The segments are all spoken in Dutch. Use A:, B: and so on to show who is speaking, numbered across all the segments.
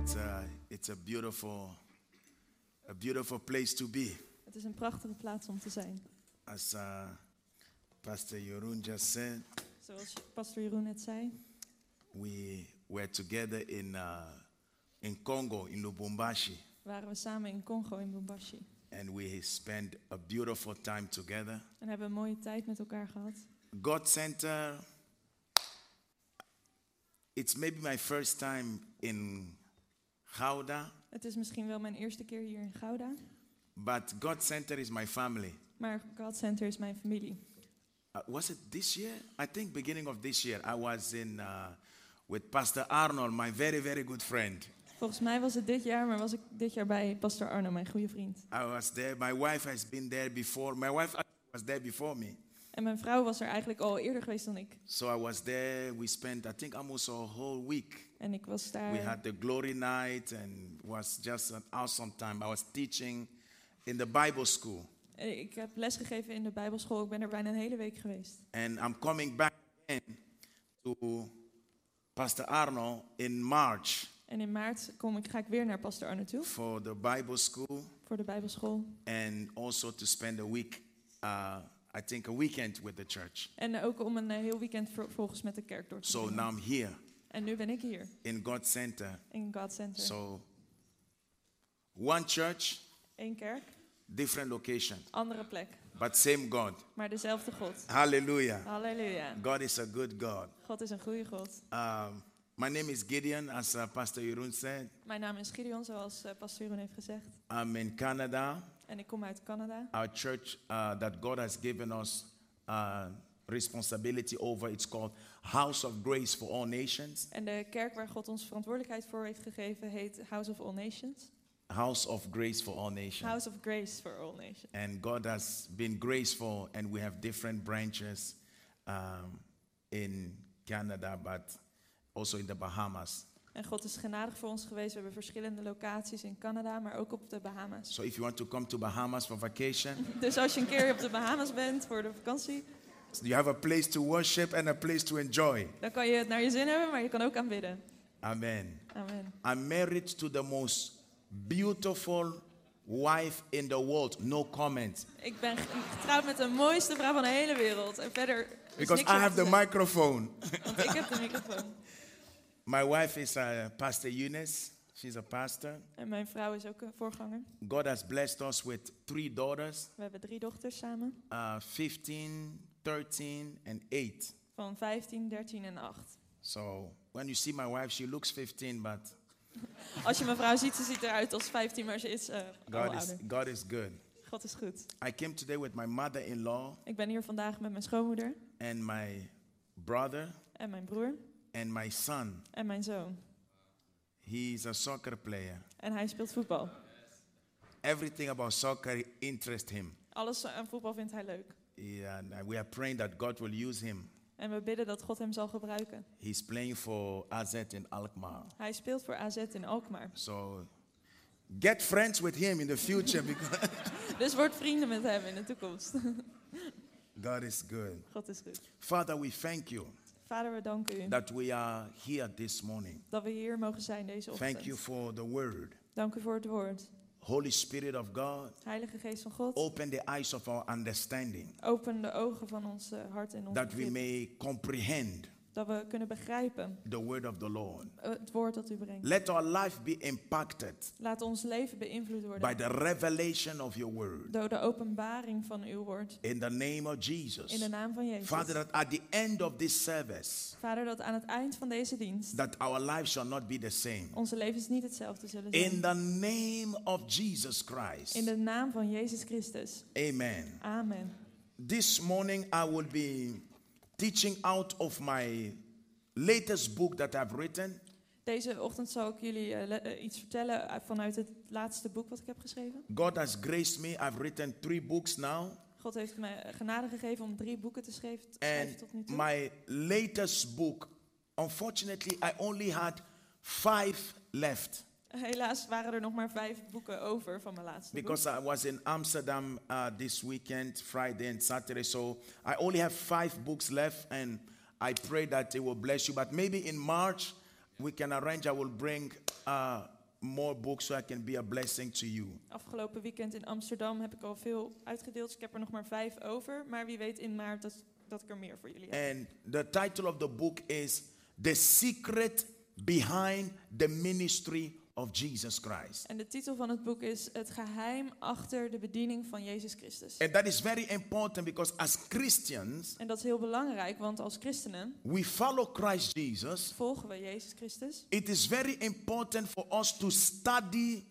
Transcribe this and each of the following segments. A: It's a, it's a beautiful, a beautiful place to be.
B: Het is een prachtige plaats om te zijn.
A: As uh, Pastor Yorun just said,
B: Zoals pastor Jeroen net zei,
A: we were together in, uh, in Congo, in Lubumbashi,
B: waren we samen in Congo in Lubumbashi.
A: and we spent a beautiful time together.
B: En hebben een mooie tijd met elkaar gehad.
A: God Center, it's maybe my first time in Gouda,
B: Het is misschien wel mijn eerste keer hier in Gouda.
A: but God Center is my family.
B: Maar God Center is mijn familie.
A: Uh, was it this year? I think beginning of this year, I was in uh, with Pastor Arnold, my very very good friend.
B: Volgens mij was het dit jaar, maar was ik dit jaar bij pastor Arno, mijn goede vriend.
A: I was there. My wife has been there before. My wife was there before me,
B: En mijn vrouw was er eigenlijk al eerder geweest dan ik.
A: so I was there. We spent I think almost a whole week.
B: En ik was
A: We
B: daar.
A: had the glory night and was just an awesome time. I was teaching in the Bible school,
B: eh, Ik heb lesgegeven in de Bijbelschool. Ik ben er bijna een hele week geweest.
A: and I'm coming back again to Pastor Arnold in March
B: En in maart kom ik, ga ik weer naar pastor Arno toe
A: for the Bible school.
B: voor de Bijbelschool.
A: and also to spend a week, uh, I think a weekend with the church.
B: En ook om een eh, heel weekend vervolgens met de kerk door te
A: So
B: brengen.
A: now I'm here
B: En nu ben ik hier.
A: in God's center.
B: In God Center.
A: So one church,
B: Eén kerk,
A: different location,
B: andere plek,
A: but same God.
B: maar dezelfde God.
A: Hallelujah.
B: Halleluja.
A: God is a good God.
B: God is een goede God.
A: Um, my name is Gideon, as uh, Pastor Jeroen said.
B: Mijn naam is Gideon, zoals eh, Pastor Jeroen heeft gezegd.
A: I'm in Canada.
B: En ik kom uit Canada.
A: Our church uh, that God has given us uh, responsibility over, it's called House of Grace for All Nations.
B: En de kerk waar God ons verantwoordelijkheid voor heeft gegeven heet House of All Nations.
A: House of Grace for All Nations.
B: House of Grace for All Nations.
A: And God has been graceful, and we have different branches um, in Canada, but also in the Bahamas.
B: En God is genadig voor ons geweest. We hebben verschillende locaties in Canada, maar ook op de Bahamas.
A: So if you want to come to Bahamas for vacation,
B: Dus als je een keer op de Bahamas bent voor de vakantie,
A: you have a place to worship and a place to enjoy.
B: dan kan je het naar je zin hebben, maar je kan ook aanbidden.
A: Amen.
B: Amen.
A: I'm married to the most beautiful wife in the world. No comment.
B: Ik ben getrouwd met de mooiste vrouw van de hele wereld. En verder. is
A: Because
B: niks
A: I
B: om
A: have
B: te
A: the
B: zeggen,
A: microphone.
B: Want ik heb de microfoon.
A: My wife is uh, Pastor Eunice. She's a pastor.
B: En mijn vrouw is ook een voorganger.
A: God has blessed us with three daughters.
B: We hebben drie dochters samen.
A: uh, 15, 13, and 8.
B: Van 15, 13 en 8.
A: So when you see my wife, she looks 15, but
B: Als je mijn vrouw ziet, ze ziet eruit als 15, maar ze is eh al
A: God is,
B: ouder.
A: God is good.
B: God is goed.
A: I came today with my mother in law
B: Ik ben hier vandaag met mijn schoonmoeder
A: and my brother
B: en mijn broer
A: and my son.
B: en mijn zoon.
A: He's a soccer player.
B: En hij speelt voetbal.
A: Everything about soccer interests him.
B: Alles aan voetbal vindt hij leuk.
A: Yeah, and we are praying that God will use him.
B: En we bidden dat God hem zal gebruiken.
A: He's playing for AZ in Alkmaar.
B: Hij speelt voor AZ in Alkmaar.
A: So get friends with him in the future because
B: Dus word vrienden met hem in de toekomst.
A: God is good.
B: God is goed.
A: Father, we thank you
B: Vader, we danken u.
A: that we are here this morning.
B: dat we hier mogen zijn deze ochtend.
A: Thank you for the word.
B: Dank u voor het woord.
A: Holy Spirit of God,
B: Heilige Geest van God,
A: open the eyes of our understanding
B: open de ogen van ons eh, hart en ons
A: that we
B: begrip,
A: may comprehend
B: dat we kunnen begrijpen
A: the word of the Lord.
B: eh, het woord dat u brengt.
A: Let our life be impacted
B: Laat ons leven beïnvloed worden
A: by the revelation of your word
B: door de openbaring van uw woord.
A: in the name of
B: In
A: Jesus.
B: de naam van Jezus.
A: Father, that at the end of this service,
B: Vader, dat aan het eind van deze dienst
A: that our life shall not be the same.
B: onze levens niet hetzelfde zullen zijn.
A: In the name of Jesus
B: In
A: Christ.
B: de naam van Jezus Christus.
A: Amen.
B: Amen.
A: This morning I will be teaching out of my latest book that I've written.
B: Deze ochtend zal ik jullie eh, le- eh, iets vertellen eh, vanuit het laatste boek wat ik heb geschreven.
A: God has graced me. I've written three books now.
B: God heeft me eh, genade gegeven om drie boeken te schreven, te schrijven
A: And
B: tot nu toe.
A: my latest book, unfortunately, I only had five left
B: Helaas waren er nog maar vijf boeken over van mijn laatste boek.
A: because I was in Amsterdam uh, this weekend, Friday and Saturday. So I only have five books left, and I pray that it will bless you. But maybe in March, we can arrange, I will bring uh, more books so I can be a blessing to you.
B: Afgelopen weekend in Amsterdam heb ik al veel uitgedeeld. Dus ik heb er nog maar vijf over. Maar wie weet in maart dat, dat ik er meer voor jullie heb.
A: And the title of the book is The Secret Behind the Ministry of Jesus Christ.
B: En de titel van het boek is Het geheim achter de bediening van Jezus Christus.
A: And that is very important because as Christians,
B: En dat is heel belangrijk, want als christenen
A: we follow Christ Jesus.
B: volgen we Jezus Christus.
A: It is very important for us to study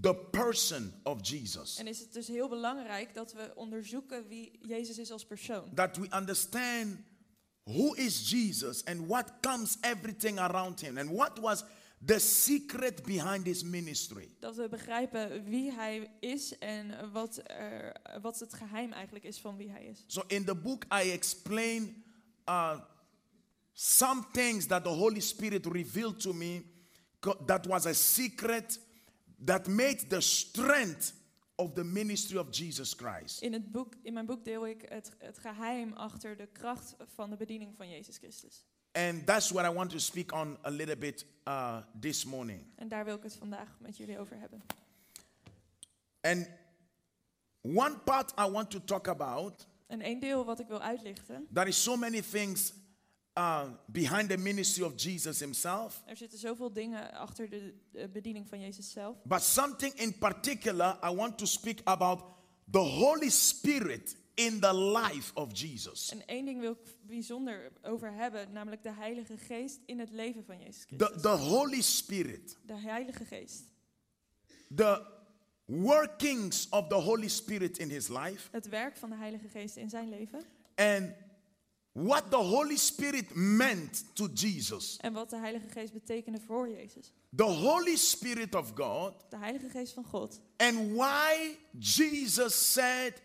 A: the person of Jesus.
B: En is het dus heel belangrijk dat we onderzoeken wie Jezus is als persoon.
A: That we understand who is Jesus and what comes everything around him and what was the secret behind his ministry.
B: Dat we begrijpen wie hij is en wat, er, wat het geheim eigenlijk is van wie hij is.
A: So in the book, I explain uh, some things that the Holy Spirit revealed to me co- that was a secret that made the strength of the ministry of Jesus Christ.
B: In, het boek, in mijn boek deel ik het, het geheim achter de kracht van de bediening van Jezus Christus.
A: And that's what I want to speak on a little bit uh, this morning.
B: En daar wil ik het vandaag met jullie over hebben.
A: And one part I want to talk about
B: En één deel wat ik wil uitlichten.
A: there is so many things uh, behind the ministry of Jesus himself.
B: Er zitten zoveel dingen achter de, de bediening van Jezus zelf.
A: But something in particular, I want to speak about the Holy Spirit in the life of Jesus.
B: En één ding wil ik bijzonder over hebben, namelijk de Heilige Geest in het leven van Jezus
A: The,
B: Christus.
A: the Holy Spirit,
B: De Heilige Geest.
A: the workings of the Holy Spirit in his life,
B: Het werk van de Heilige Geest in zijn leven.
A: and what the Holy Spirit meant to Jesus.
B: En wat de Heilige Geest betekende voor Jezus.
A: The Holy Spirit of God,
B: De Heilige Geest van God.
A: and why Jesus said,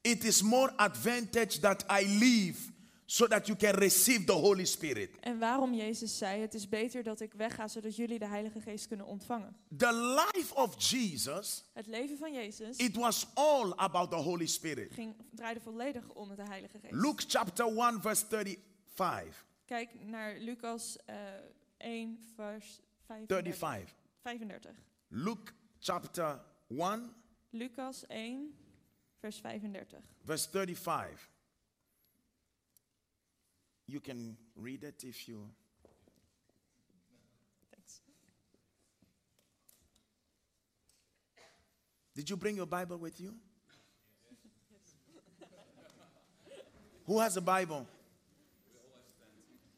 A: It is more advantage that I leave so that you can receive the Holy Spirit.
B: En waarom Jezus zei, het is beter dat ik wegga, zodat jullie de Heilige Geest kunnen ontvangen.
A: The life of Jesus,
B: Het leven van Jezus
A: it was all about the Holy Spirit.
B: ging, draaide volledig om de Heilige Geest.
A: Luke chapter 1, verse 35.
B: Kijk naar Lucas eh 1, vers 35.
A: 35.
B: 35.
A: Luke chapter 1,
B: Lucas 1, vers 35.
A: verse 35. You can read it if you.
B: Thanks.
A: Did you bring your Bible with you? Who has a Bible?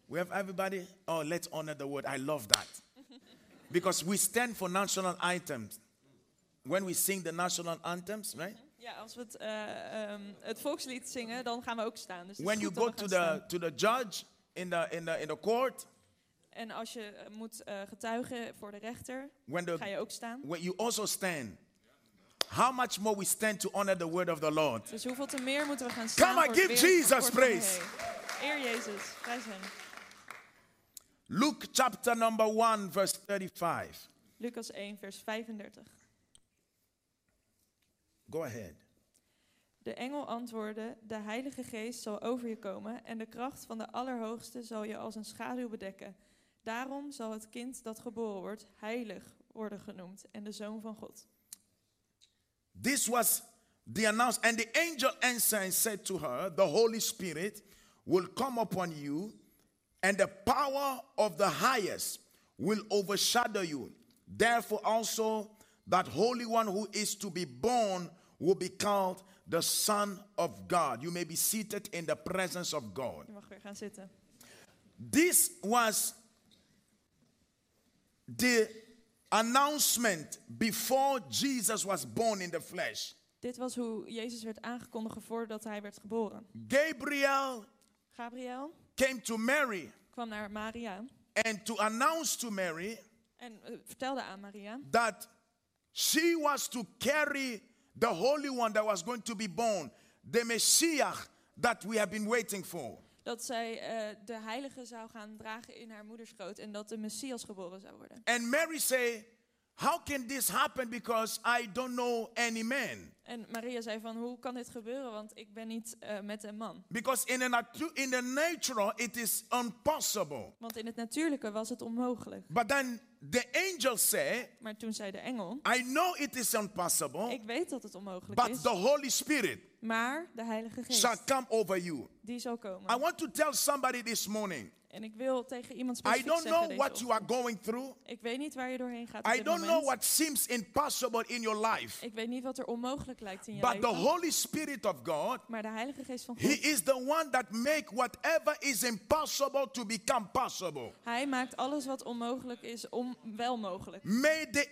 A: We have everybody. Oh, let's honor the word. I love that. because we stand for national anthems. When we sing the national anthems, right?
B: Ja, als we het, eh, ehm, het volkslied zingen, dan gaan we ook staan. Dus het is
A: When you
B: goed dat
A: go
B: we
A: to
B: gaan
A: the
B: staan.
A: to the judge in the in the in the court,
B: En als je eh, moet eh, getuigen voor de rechter,
A: when
B: ga
A: the
B: je ook staan.
A: when you also stand. How much more we stand to honor the word of the Lord.
B: Dus hoeveel te meer moeten we gaan staan?
A: Come on,
B: voor het
A: give
B: weer-
A: Jesus
B: voor het
A: praise.
B: Evangelie. Eer Jezus, prijs hem.
A: Luke chapter number 1 verse 35.
B: Lucas 1, vers 35.
A: Go ahead.
B: De engel antwoordde: De Heilige Geest zal over je komen en de kracht van de Allerhoogste zal je als een schaduw bedekken. Daarom zal het kind dat geboren wordt heilig worden genoemd en de zoon van God.
A: This was the announcement. And the angel answered and said to her, The Holy Spirit will come upon you, and the power of the highest will overshadow you. Therefore, also, that Holy One who is to be born will be called the Son of God. You may be seated in the presence of God.
B: Je mag weer gaan zitten.
A: This was the announcement before Jesus was born in the flesh.
B: Dit was hoe Jezus werd aangekondigd voordat hij werd geboren.
A: Gabriel
B: Gabriel
A: came to Mary
B: kwam naar Maria
A: and to announce to Mary
B: En eh, vertelde aan Maria
A: that she was to carry the Holy One that was going to be born, the Messiah that we have been waiting for.
B: dat zij eh, de heilige zou gaan dragen in haar moederschoot en dat de Messias geboren zou worden.
A: And Mary said, How can this happen? Because I don't know any man.
B: En Maria zei van, hoe kan dit gebeuren, want ik ben niet eh, met een man.
A: Because in the, natu- in the natural, it is impossible.
B: Want in het natuurlijke was het onmogelijk.
A: But then the angel said,
B: Maar toen zei de engel,
A: I know it is impossible,
B: ik weet dat het onmogelijk
A: but the
B: is,
A: Holy Spirit
B: maar de Heilige
A: shall
B: Geest,
A: come over you.
B: die zal
A: I
B: komen.
A: want to tell somebody this morning
B: En ik wil tegen iemand
A: I
B: specifiek
A: don't know
B: zeggen deze
A: what you
B: ochtend,
A: are going through.
B: ik weet niet waar je doorheen gaat op
A: I
B: dit
A: don't know
B: moment.
A: what seems impossible in your life,
B: Ik weet niet wat er onmogelijk lijkt in je
A: but the
B: leven.
A: Holy Spirit of God,
B: Maar de Heilige Geest van
A: He
B: God,
A: is the one that make whatever is impossible to become possible.
B: Hij maakt alles wat onmogelijk is om wel mogelijk.
A: May the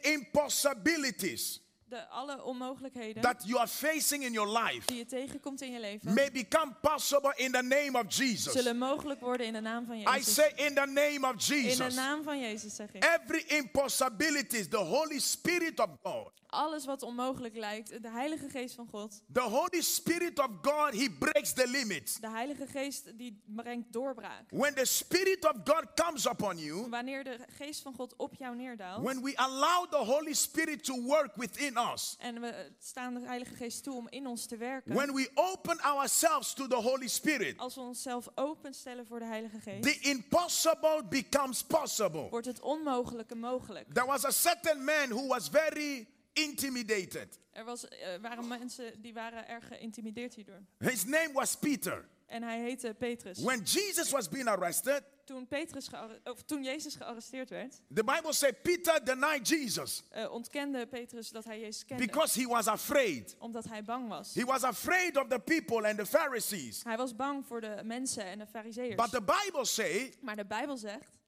A: impossibilities
B: De alle onmogelijkheden
A: that you are facing in your life
B: die je tegenkomt in je leven
A: may become possible in the name of Jesus.
B: zullen mogelijk worden in de naam van
A: I
B: Jezus.
A: say in the name of
B: In de
A: Jesus.
B: naam van Jezus zeg ik.
A: Every impossibilities, the Holy Spirit of God,
B: Alles wat onmogelijk lijkt, de Heilige Geest van God.
A: the Holy Spirit of God, He breaks the limits.
B: De Heilige Geest die brengt doorbraak.
A: When the Spirit of God comes upon you,
B: Wanneer de Geest van God op jou neerdaalt
A: when we allow the Holy Spirit to work within us,
B: en we staan de Heilige Geest toe om in ons te werken.
A: when we open ourselves to the Holy Spirit,
B: Als we onszelf openstellen voor de Heilige Geest,
A: the impossible becomes possible.
B: wordt het onmogelijke mogelijk.
A: There was a certain man who was very intimidated.
B: Er was, eh, waren mensen die waren erg geïntimideerd hierdoor.
A: His name was Peter.
B: En hij heette Petrus.
A: When Jesus was being arrested,
B: toen, Petrus gearre- of toen Jezus gearresteerd werd,
A: the Bible said Peter denied Jesus
B: eh, ontkende Petrus dat hij Jezus kende.
A: because he was afraid.
B: omdat hij bang was.
A: He was afraid of the people and the Pharisees.
B: Hij was bang voor de mensen en de fariseeërs.
A: But the Bible says
B: maar de Bijbel zegt,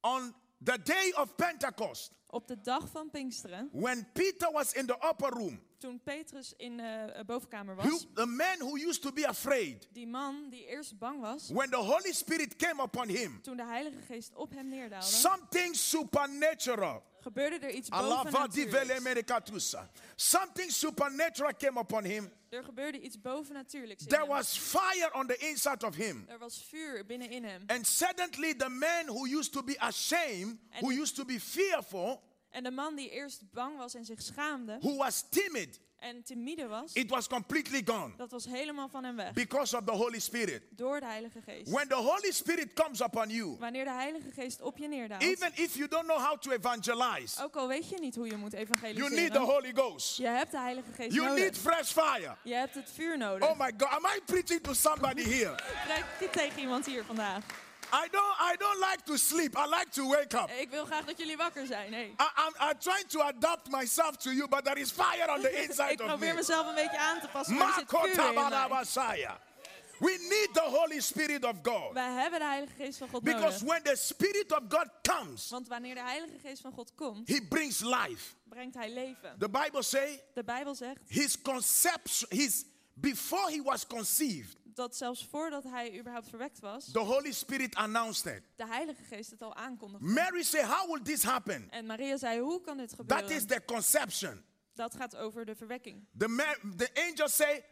A: on the day of Pentecost,
B: op de dag van Pinksteren,
A: when Peter was in the upper room,
B: toen Petrus in eh, de bovenkamer
A: who-
B: was,
A: the man who used to be afraid,
B: die man die eerst bang was,
A: when the Holy Spirit came upon him,
B: toen de Heilige Geest op hem neerdaalde,
A: something supernatural.
B: gebeurde er iets
A: Allah
B: bovennatuurlijks.
A: Something supernatural came upon him.
B: Er gebeurde iets bovennatuurlijks in
A: There
B: hem.
A: was fire on the inside of him.
B: Er was vuur binnenin hem.
A: And suddenly, the man who used to be ashamed,
B: And
A: who
B: he-
A: used to be fearful,
B: En de man die eerst bang was en zich schaamde
A: who was timid,
B: en timide was,
A: it was completely gone
B: dat was helemaal van hem weg.
A: because of the Holy Spirit.
B: Door de Heilige Geest.
A: When the Holy Spirit comes upon you,
B: Wanneer de Heilige Geest op je neerdaalt,
A: even if you don't know how to evangelize,
B: ook al weet je niet hoe je moet
A: you need the
B: evangeliseren,
A: Holy Ghost.
B: je hebt de Heilige Geest
A: You need
B: nodig.
A: fresh fire.
B: Je hebt het vuur
A: Oh
B: nodig.
A: my God, am I preaching to somebody here?
B: Kijk dit tegen iemand hier vandaag.
A: I don't, I don't like to sleep. I like to wake up.
B: Ik wil graag dat jullie wakker zijn. Hey.
A: I, I'm, I'm trying to adapt myself to you, but there is fire on the
B: Ik
A: inside of me.
B: probeer mezelf een beetje aan te passen, maar er zit vuur in mij.
A: Makotabarabasaya. We need the Holy Spirit of God.
B: Wij hebben de Heilige Geest van God nodig.
A: Because when the Spirit of God comes,
B: Want wanneer de Heilige Geest van God komt,
A: He brings life.
B: brengt Hij leven.
A: The Bible says
B: De Bijbel zegt
A: his conception, his before he was conceived,
B: dat zelfs voordat hij überhaupt verwekt was,
A: the Holy Spirit announced it.
B: de Heilige Geest het al aankondigde.
A: Mary said, How will this happen?
B: En Maria zei, hoe kan dit
A: That is
B: gebeuren?
A: the conception.
B: Dat gaat over de verwekking.
A: The, ma- the angel said,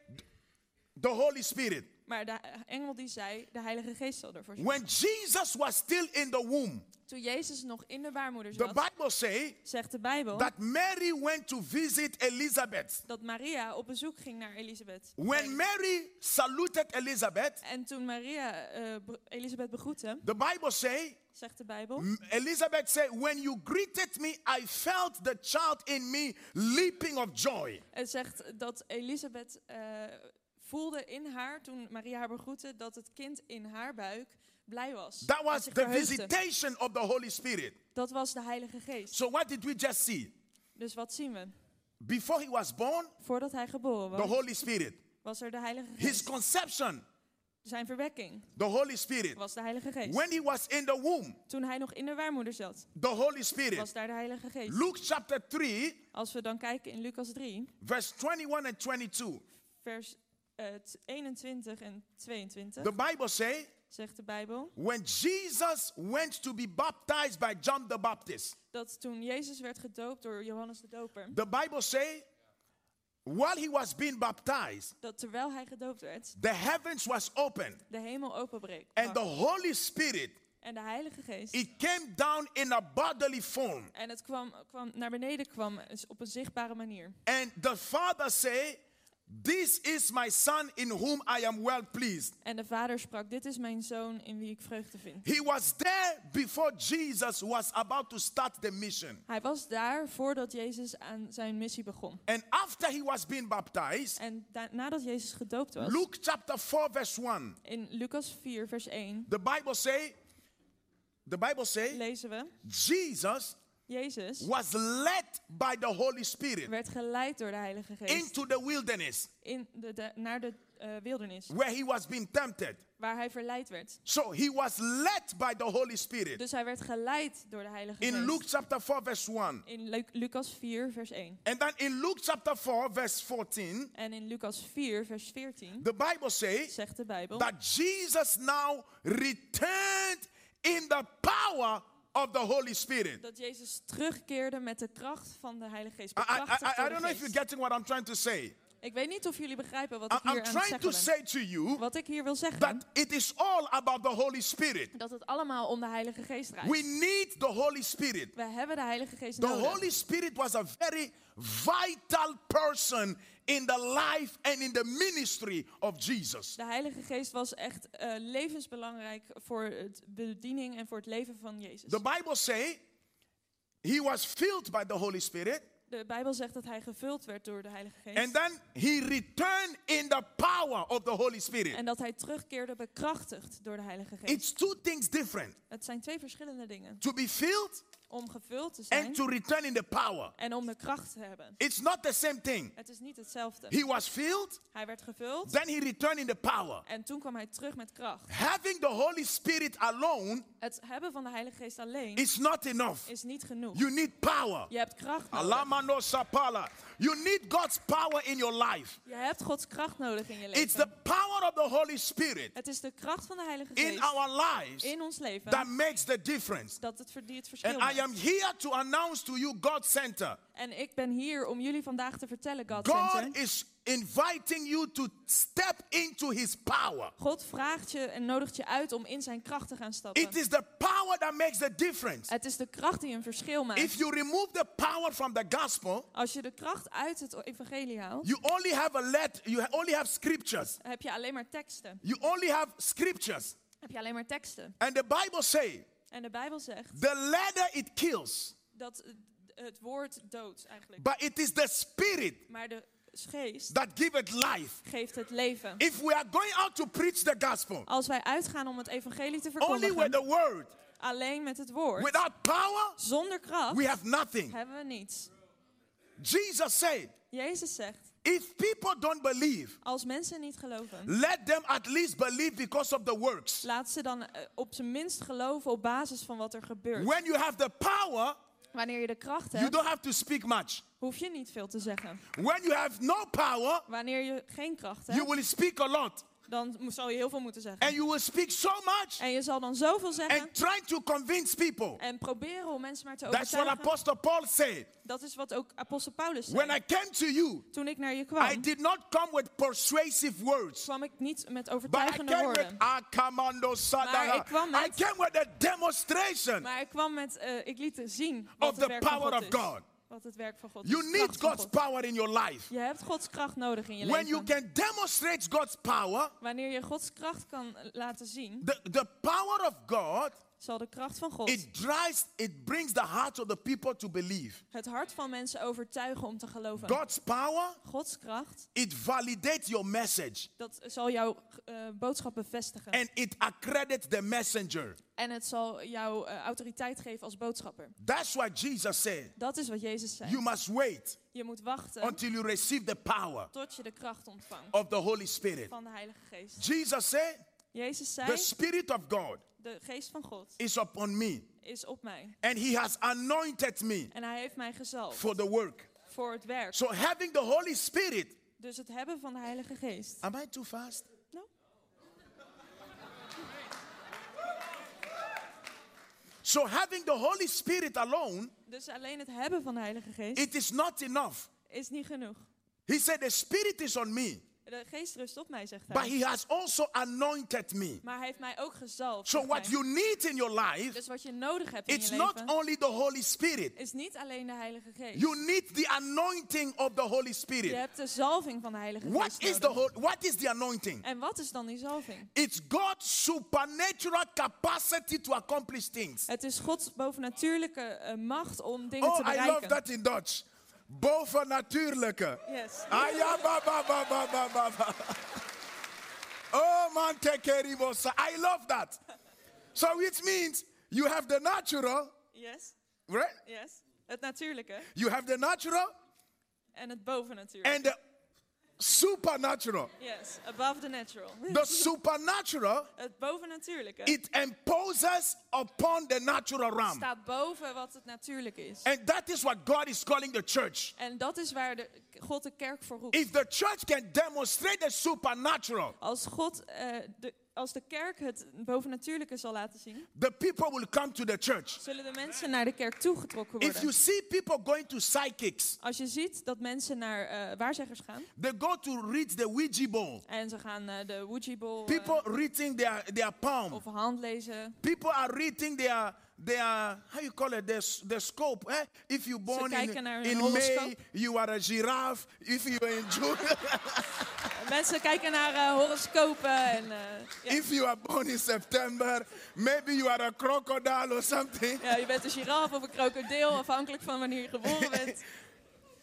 A: The Holy Spirit.
B: Maar de engel die zei, de Heilige Geest zal ervoor zorgen.
A: When Jesus was still in the womb,
B: Toen Jezus nog in de baarmoeder
A: the
B: zat,
A: Bible says
B: zegt de Bijbel
A: that Mary went to visit Elizabeth.
B: dat Maria op bezoek ging naar Elisabeth.
A: When Mary saluted Elizabeth,
B: En toen Maria eh, be- Elisabeth begroette,
A: the Bible says,
B: zegt de Bijbel,
A: Elizabeth said, When you greeted me, I felt the child in me leaping of joy.
B: het zegt dat Elisabeth eh, voelde in haar, toen Maria haar begroette, dat het kind in haar buik blij was.
A: That
B: en
A: was
B: zich
A: the
B: verheugde.
A: visitation of the Holy Spirit.
B: Dat was de Heilige Geest.
A: So, what did we just see?
B: Dus wat zien we?
A: Before he was born,
B: Voordat hij geboren
A: the
B: was,
A: Holy Spirit.
B: was er de Heilige
A: His
B: Geest.
A: conception,
B: Zijn verwekking
A: the Holy Spirit.
B: was de Heilige Geest.
A: When he was in the womb,
B: Toen hij nog in de baarmoeder zat,
A: the Holy Spirit.
B: was daar de Heilige Geest.
A: Luke chapter 3,
B: Als we dan kijken in Lucas 3,
A: verse 21 and 22,
B: vers eh, t- 21 en 22,
A: the Bible says,
B: zegt de Bijbel,
A: When Jesus went to be baptized by John the Baptist,
B: dat toen Jezus werd gedoopt door Johannes de Doper,
A: the Bible say while he was being baptized,
B: dat terwijl hij gedoopt werd,
A: the heavens was opened
B: de hemel openbreekt.
A: and the Holy Spirit
B: En de Heilige Geest.
A: it came down in a bodily form.
B: En het kwam, kwam naar beneden kwam is op een zichtbare manier.
A: And the Father say, "This is my son in whom I am well pleased."
B: En de vader sprak: Dit is mijn zoon in wie ik vreugde vind.
A: He was there before Jesus was about to start the mission.
B: Hij was daar voordat Jezus aan zijn missie begon.
A: And after he was being baptized,
B: En da- nadat Jezus gedoopt was,
A: Luke chapter 4 verse 1.
B: in Lucas 4, vers 1,
A: The Bible say The Bible say
B: lezen we:
A: Jesus
B: Jezus
A: was led by the Holy Spirit
B: werd geleid door de Heilige Geest
A: into the wilderness
B: in de, de- naar de eh, wildernis,
A: where he was being tempted.
B: waar hij verleid werd.
A: So he was led by the Holy Spirit.
B: Dus hij werd geleid door de Heilige
A: In Luke
B: Geest.
A: chapter 4 verse 1.
B: In Lu- Lucas 4, vers 1.
A: And then in Luke chapter 4 verse 14,
B: En in Lucas 4, vers 14,
A: the Bible says
B: zegt de Bijbel.
A: that Jesus now returned in the power of the Holy Spirit.
B: dat Jezus terugkeerde met de kracht van de Heilige Geest.
A: I, I,
B: bekrachtigd
A: I- I
B: door de
A: don't know if you're
B: Geest.
A: getting what I'm trying to say.
B: Ik weet niet of um, jullie begrijpen wat
A: I-
B: ik
A: I'm
B: hier aan het
A: trying
B: zeggen
A: to
B: ben.
A: say to you
B: Wat ik hier wil zeggen,
A: that it is all about the Holy Spirit.
B: dat het allemaal om de Heilige Geest draait.
A: We need the Holy Spirit.
B: We hebben de Heilige Geest
A: The
B: nodig.
A: Holy Spirit was a very vital person in the life and in the ministry of Jesus.
B: De Heilige Geest was echt eh, levensbelangrijk voor het bediening en voor het leven van Jezus.
A: The Bible say he was filled by the Holy Spirit
B: De Bijbel zegt dat hij gevuld werd door de Heilige Geest.
A: and then he returned in the power of the Holy
B: en
A: Spirit.
B: dat hij terugkeerde bekrachtigd door de Heilige Geest.
A: It's two things different.
B: Het zijn twee verschillende dingen.
A: To be filled
B: Om gevuld te zijn
A: and to return in the power.
B: en om de kracht te hebben.
A: It's not the same thing.
B: Het is niet hetzelfde.
A: He was filled,
B: Hij werd gevuld
A: then he returned in the power.
B: En toen kwam hij terug met kracht.
A: Having the Holy Spirit alone
B: Het hebben van de Heilige Geest alleen
A: is not enough.
B: is niet genoeg.
A: You need power.
B: Je hebt kracht nodig.
A: Alama no sapala. You need God's power in your life.
B: Je hebt Gods kracht nodig in je
A: It's the
B: leven.
A: power of the Holy Spirit
B: Het is de kracht van de Heilige
A: in
B: Geest
A: our lives
B: in ons
A: that
B: leven
A: makes the difference.
B: dat het verdient het verschil
A: And I am
B: maakt.
A: here to announce to you God's center.
B: En ik ben hier om jullie vandaag te vertellen, God
A: God
B: Center.
A: is inviting you to step into his power.
B: God vraagt je en nodigt je uit om in zijn kracht te gaan stappen.
A: It is the power that makes the difference.
B: Het is de kracht die een verschil
A: If
B: maakt.
A: you remove the power from the gospel,
B: Als je de kracht uit het evangelie haalt,
A: you only have a let you only have scriptures.
B: heb je alleen maar teksten.
A: You only have scriptures.
B: Heb je alleen maar teksten.
A: And the Bible say,
B: En de Bijbel zegt
A: the letter it kills,
B: dat het- het woord dood eigenlijk.
A: but it is the spirit
B: Maar de geest
A: that giveth life.
B: geeft het leven.
A: If we are going out to preach the gospel,
B: Als wij uitgaan om het evangelie te
A: only with the
B: verkondigen,
A: word,
B: alleen met het woord,
A: without power,
B: zonder kracht,
A: we have nothing.
B: hebben we niets.
A: Jesus said,
B: Jezus zegt,
A: if people don't believe,
B: als mensen niet geloven,
A: let them at least believe because of the works.
B: laat ze dan eh, op zijn minst geloven op basis van wat er gebeurt.
A: When you have the power,
B: Wanneer je de kracht
A: you
B: hebt,
A: don't have to speak much.
B: hoef je niet veel te zeggen.
A: When you have no power,
B: Wanneer je geen kracht
A: you
B: hebt,
A: will speak a lot.
B: dan mo- zal je heel veel moeten zeggen.
A: And you will speak so much
B: En je zal dan zoveel
A: and
B: zeggen
A: trying to convince people.
B: en proberen om mensen maar te
A: That's what
B: overtuigen.
A: Apostle Paul said.
B: Dat is wat ook apostel Paulus
A: When I
B: zei.
A: came to you,
B: Toen ik naar je
A: I
B: kwam,
A: did not come with persuasive words.
B: kwam ik niet met
A: But I
B: overtuigende
A: came with "Ah,
B: woorden.
A: Akamando
B: Maar
A: Sadara.
B: ik kwam
A: I
B: met-
A: came with a demonstration.
B: Maar ik kwam met, eh, ik liet zien
A: Of
B: wat
A: the
B: het werk van
A: power
B: God
A: of
B: is.
A: God.
B: Wat het werk van God is.
A: You
B: de kracht
A: need
B: van
A: God's
B: God.
A: power in your life.
B: Je hebt Gods kracht nodig in je
A: When you
B: leven.
A: can demonstrate God's power,
B: Wanneer je Gods kracht kan eh, laten zien,
A: the, the power of God,
B: zal de kracht van God
A: it drives, it brings the heart of the people to believe.
B: het hart van mensen overtuigen om te geloven.
A: God's power,
B: Gods kracht,
A: it validates your message
B: dat zal jouw eh, boodschap bevestigen.
A: and it accredits the messenger.
B: En het zal jouw eh, autoriteit geven als boodschapper.
A: That's why Jesus said,
B: Dat is wat Jezus zei.
A: you must wait
B: Je moet wachten
A: until you receive the power
B: tot je de kracht ontvangt
A: of the Holy Spirit.
B: van de Heilige Geest.
A: Jesus said,
B: Jezus
A: The
B: zei,
A: Spirit of God
B: de Geest van God
A: is upon me,
B: is op mij.
A: and He has anointed me
B: En hij heeft mij gezalfd
A: for the work.
B: voor het werk.
A: So, having the Holy Spirit,
B: Dus het hebben van de Heilige Geest.
A: am I too fast?
B: No.
A: So, having the Holy Spirit alone,
B: Dus alleen het hebben van de Heilige Geest
A: it is not enough.
B: is niet genoeg.
A: He said, The Spirit is on me,
B: De geest rust op mij, zegt
A: but
B: hij.
A: He has also anointed me.
B: Maar hij heeft mij ook gezalfd.
A: So,
B: zegt
A: what
B: hij.
A: you need in your life,
B: Dus wat je nodig hebt in
A: it's
B: je
A: not
B: leven
A: only the Holy Spirit,
B: is niet alleen de Heilige Geest.
A: you need the anointing of the Holy
B: Je
A: Spirit.
B: hebt de zalving van de Heilige
A: What
B: Geest
A: is the
B: nodig.
A: whole, what is the anointing?
B: En wat is dan die zalving?
A: It's God's supernatural capacity to accomplish things.
B: Het is Gods bovennatuurlijke eh, macht om dingen
A: Oh,
B: te
A: I
B: bereiken.
A: love that in Dutch. Bovennatuurlijke.
B: Yes.
A: Ah, ja, ba, ba, ba, ba, ba, ba, ba. Oh man, tekeribosa. I love that. So it means you have the natural,
B: Yes,
A: right?
B: yes. Het natuurlijke
A: You have the natural
B: en het bovennatuurlijke.
A: and the supernatural.
B: Yes, above the natural.
A: The supernatural,
B: Het bovennatuurlijke
A: it imposes upon the natural realm.
B: staat boven wat het natuurlijke is.
A: And that is what God is calling the church.
B: En dat is waar de, God de kerk voor roept.
A: If the church can demonstrate the supernatural,
B: Als, God, eh, de, als de kerk het bovennatuurlijke zal laten zien,
A: the people will come to the church.
B: zullen de mensen naar de kerk toegetrokken
A: If you
B: worden.
A: see people going to psychics,
B: Als je ziet dat mensen naar eh, waarzeggers gaan
A: they go to read the Ouija board.
B: en ze gaan eh, de Ouija bowl eh,
A: People reading their, their palm.
B: of handlezen.
A: People are reading their, their how you call it, their, s- their scope. eh? If you're born in,
B: kijken naar hun
A: in May,
B: horoscoop.
A: you are a giraffe. If you are in June,
B: Mensen kijken naar eh, horoscopen en eh, ja.
A: if you are born in September, maybe you are a crocodile or something.
B: Ja, je bent een giraf of een krokodil, afhankelijk van wanneer je geboren bent.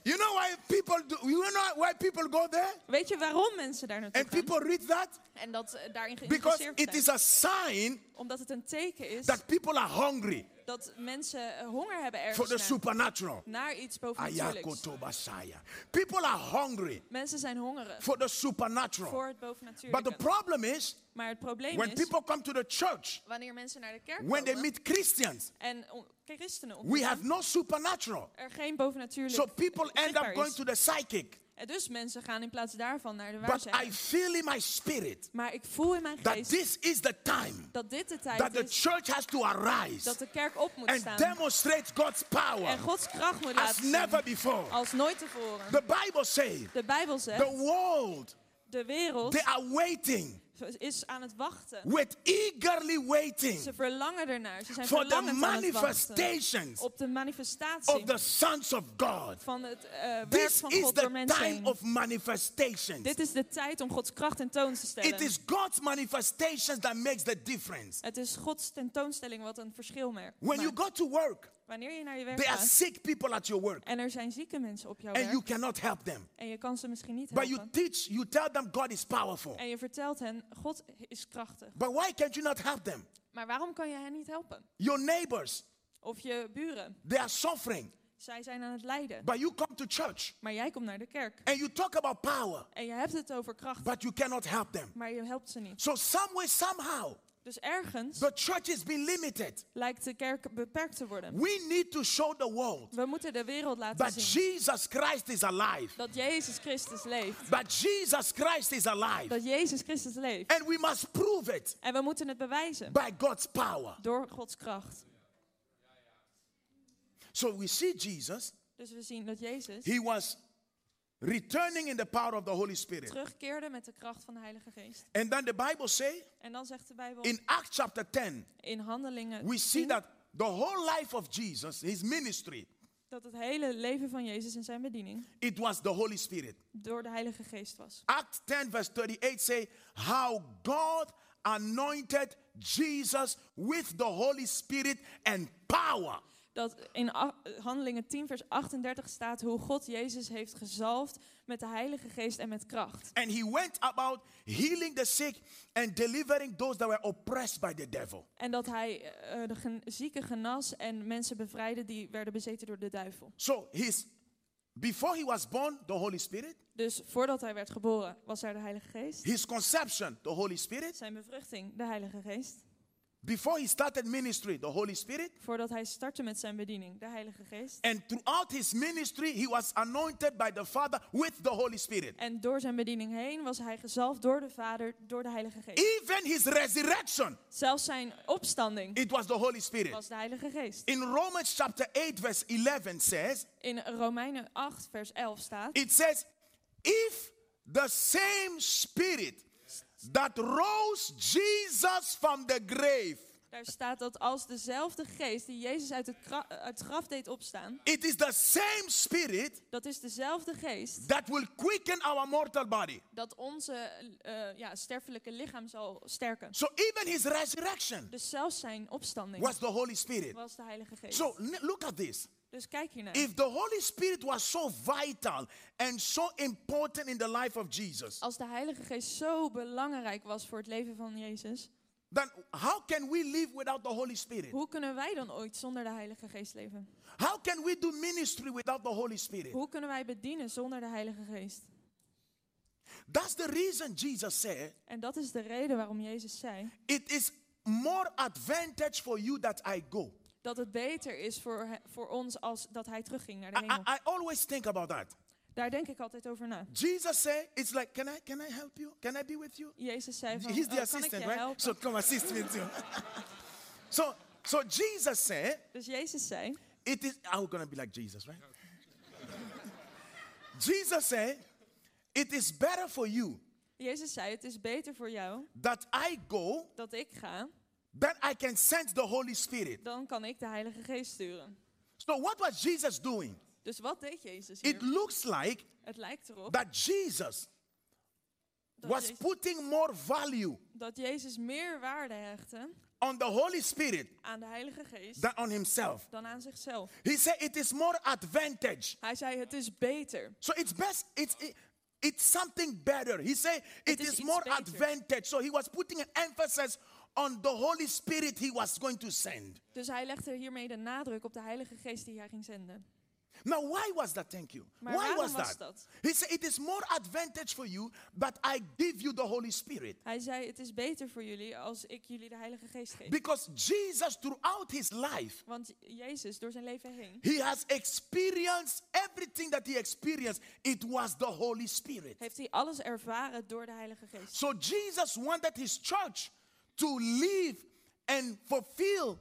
A: You know why people do, you know why people go there?
B: Weet je waarom mensen daar naartoe
A: And
B: gaan?
A: people read that
B: En dat eh, daarin
A: because
B: geïnteresseerd
A: it
B: zijn.
A: is a sign
B: Omdat het een teken is
A: that people are hungry
B: dat mensen eh, honger hebben
A: for the
B: ergens naar,
A: supernatural.
B: naar iets bovennatuurlijks.
A: Ayakotobasaya. People are hungry
B: Mensen zijn hongerig
A: for the supernatural.
B: voor het
A: But the
B: bovennatuurlijke.
A: problem is
B: Maar het probleem
A: when
B: is,
A: people come to the church,
B: wanneer mensen naar de kerk
A: when they
B: komen
A: meet Christians,
B: en on- christenen
A: we
B: ontmoeten,
A: have no supernatural.
B: er geen bovennatuurlijk
A: So people
B: eh,
A: end up
B: zichtbaar
A: going
B: is.
A: to the psychic.
B: En dus mensen gaan in plaats daarvan naar de
A: But I
B: waarzegger.
A: feel in my spirit
B: Maar ik voel in mijn
A: that
B: geest
A: this is the time
B: dat dit de
A: that
B: tijd
A: the
B: is
A: church has to
B: dat
A: arise
B: de kerk op moet
A: and
B: staan.
A: demonstrate God's power
B: En Gods kracht moet
A: as
B: laten
A: never
B: zien.
A: before.
B: Als nooit tevoren.
A: The Bible says
B: De Bijbel
A: the
B: zegt,
A: world,
B: de
A: they
B: wereld
A: are waiting
B: is aan het wachten.
A: with eagerly waiting
B: Ze verlangen ernaar. Ze zijn
A: for the
B: verlangend aan het wachten.
A: manifestations
B: Op de manifestatie
A: of the sons of God.
B: van het eh, werk
A: This
B: van
A: is
B: God door
A: the
B: mensen
A: time
B: heen.
A: of manifestations.
B: Dit is de tijd om Gods kracht tentoon te
A: It
B: stellen.
A: is God's manifestations that makes the difference.
B: Het is Gods tentoonstelling wat een verschil mer-
A: When you
B: maakt.
A: go to work,
B: Wanneer je naar je werk
A: there are
B: gaat
A: sick people at your work
B: en er zijn zieke mensen op jouw
A: and you
B: werk
A: cannot help them.
B: en je kan ze misschien niet
A: But you
B: helpen.
A: teach, you tell them God is powerful.
B: En je vertelt hen, God is krachtig.
A: But why can't you not help them?
B: Maar waarom kan je hen niet helpen?
A: Your neighbors,
B: Of je buren,
A: they are suffering.
B: zij zijn aan het lijden.
A: But you come to church
B: Maar jij komt naar de kerk
A: and you talk about power,
B: en je hebt het over kracht,
A: but you cannot help them.
B: maar je helpt ze niet.
A: So, somewhere, somehow,
B: Dus ergens
A: the church has been limited.
B: lijkt de kerk beperkt te worden.
A: We need to show the world
B: We moeten de wereld laten
A: that
B: zien
A: Jesus Christ is alive.
B: dat Jezus Christus leeft.
A: That Jesus Christ is alive.
B: Dat Jezus Christus leeft.
A: And we must prove it
B: En we moeten het bewijzen
A: by God's power.
B: door Gods kracht.
A: So we see Jesus,
B: Dus we zien dat Jezus
A: he was returning in the power of the Holy Spirit.
B: terugkeerde met de kracht van de Heilige Geest.
A: And then the Bible says
B: En dan zegt de Bijbel
A: in Acts chapter 10,
B: in Handelingen
A: we see
B: 10
A: that the whole life of Jesus, his ministry,
B: dat het hele leven van Jezus en zijn bediening
A: it was the Holy Spirit.
B: door de Heilige Geest was.
A: Acts 10 verse 38 say how God anointed Jesus with the Holy Spirit and power.
B: Dat in A- Handelingen 10, vers 38 staat hoe God Jezus heeft gezalfd met de Heilige Geest en met kracht.
A: And he went about healing the sick and delivering those that were oppressed by the devil.
B: En dat hij eh, de gen- zieken genas en mensen bevrijdde die werden bezeten door de duivel.
A: So his before he was born, the Holy Spirit,
B: Dus voordat hij werd geboren was er de Heilige Geest.
A: his conception, the Holy Spirit,
B: Zijn bevruchting, de Heilige Geest.
A: Before he started ministry, the Holy Spirit,
B: Voordat hij startte met zijn bediening, de Heilige Geest.
A: and throughout his ministry, he was anointed by the Father with the Holy Spirit.
B: En door zijn bediening heen was hij gezalfd door de Vader, door de Heilige Geest.
A: Even his resurrection,
B: Zelfs zijn opstanding
A: it was the Holy Spirit.
B: was de Heilige Geest.
A: In Romans chapter 8, verse 11 says,
B: In Romeinen 8, vers 11 staat:
A: it says, if the same Spirit that rose Jesus from the grave,
B: Daar staat dat als dezelfde Geest die Jezus uit het, kra- eh, uit het graf deed opstaan,
A: it is the same Spirit
B: dat is dezelfde Geest
A: that will quicken our mortal body.
B: dat onze eh, ja, sterfelijke lichaam zal sterken.
A: So even his resurrection
B: Dus zelfs zijn opstanding
A: was the Holy Spirit.
B: was de Heilige Geest.
A: So n- look at this.
B: Dus kijk hiernaar.
A: If the Holy Spirit was so vital and so important in the life of Jesus,
B: Als de Heilige Geest zo belangrijk was voor het leven van Jezus,
A: then how can we live without the Holy Spirit?
B: hoe kunnen wij dan ooit zonder de Heilige Geest leven?
A: How can we do ministry without the Holy Spirit?
B: Hoe kunnen wij bedienen zonder de Heilige Geest?
A: That's the reason Jesus said,
B: En dat is de reden waarom Jezus zei
A: It is more advantage for you that I go.
B: dat het beter is voor, he- voor ons als dat hij terugging naar de
A: I, I,
B: hemel.
A: I always think about that.
B: Daar denk ik altijd over na.
A: Jesus said, It's like, Can I can I help you? Can I be with you?
B: Jezus zei van,
A: He's
B: "Oh,
A: the
B: kan ik je
A: assistant, right?
B: helpen?
A: So come assist me too. so so Jesus said,
B: Dus Jezus zei,
A: it is I'm gonna be like Jesus, right? Jesus said, It is better for you
B: Jezus zei, het is beter voor jou
A: that I go,
B: dat ik ga,
A: then I can send the Holy Spirit.
B: dan kan ik de Heilige Geest sturen.
A: So what was Jesus doing?
B: Dus wat deed Jezus
A: It
B: hier?
A: looks like
B: Het lijkt erop
A: that Jesus
B: dat
A: was
B: Jezus,
A: putting more value
B: dat Jezus meer waarde hechtte
A: on the Holy Spirit
B: aan de Heilige Geest
A: than on himself.
B: dan aan zichzelf.
A: He said it is more advantage.
B: Hij zei, het is beter.
A: So it's best, it's, it- it's something better. He said it
B: It is-
A: is,
B: it's
A: more
B: better.
A: advantage. So he was putting an emphasis on the Holy Spirit he was going to send.
B: Dus hij legde hiermee de nadruk op de Heilige Geest die hij ging zenden.
A: Now, why was that? Thank you.
B: Maar
A: why
B: waarom
A: was
B: was
A: that?
B: dat?
A: He said it is more advantage for you, but I give you the Holy Spirit.
B: Hij zei, het is beter voor jullie als ik jullie de Heilige Geest geef.
A: Because Jesus, throughout his life,
B: Want Jezus, door zijn leven heen,
A: he has experienced everything that he experienced. It was the Holy Spirit.
B: heeft hij alles ervaren door de Heilige Geest.
A: So Jesus wanted his church to live and fulfill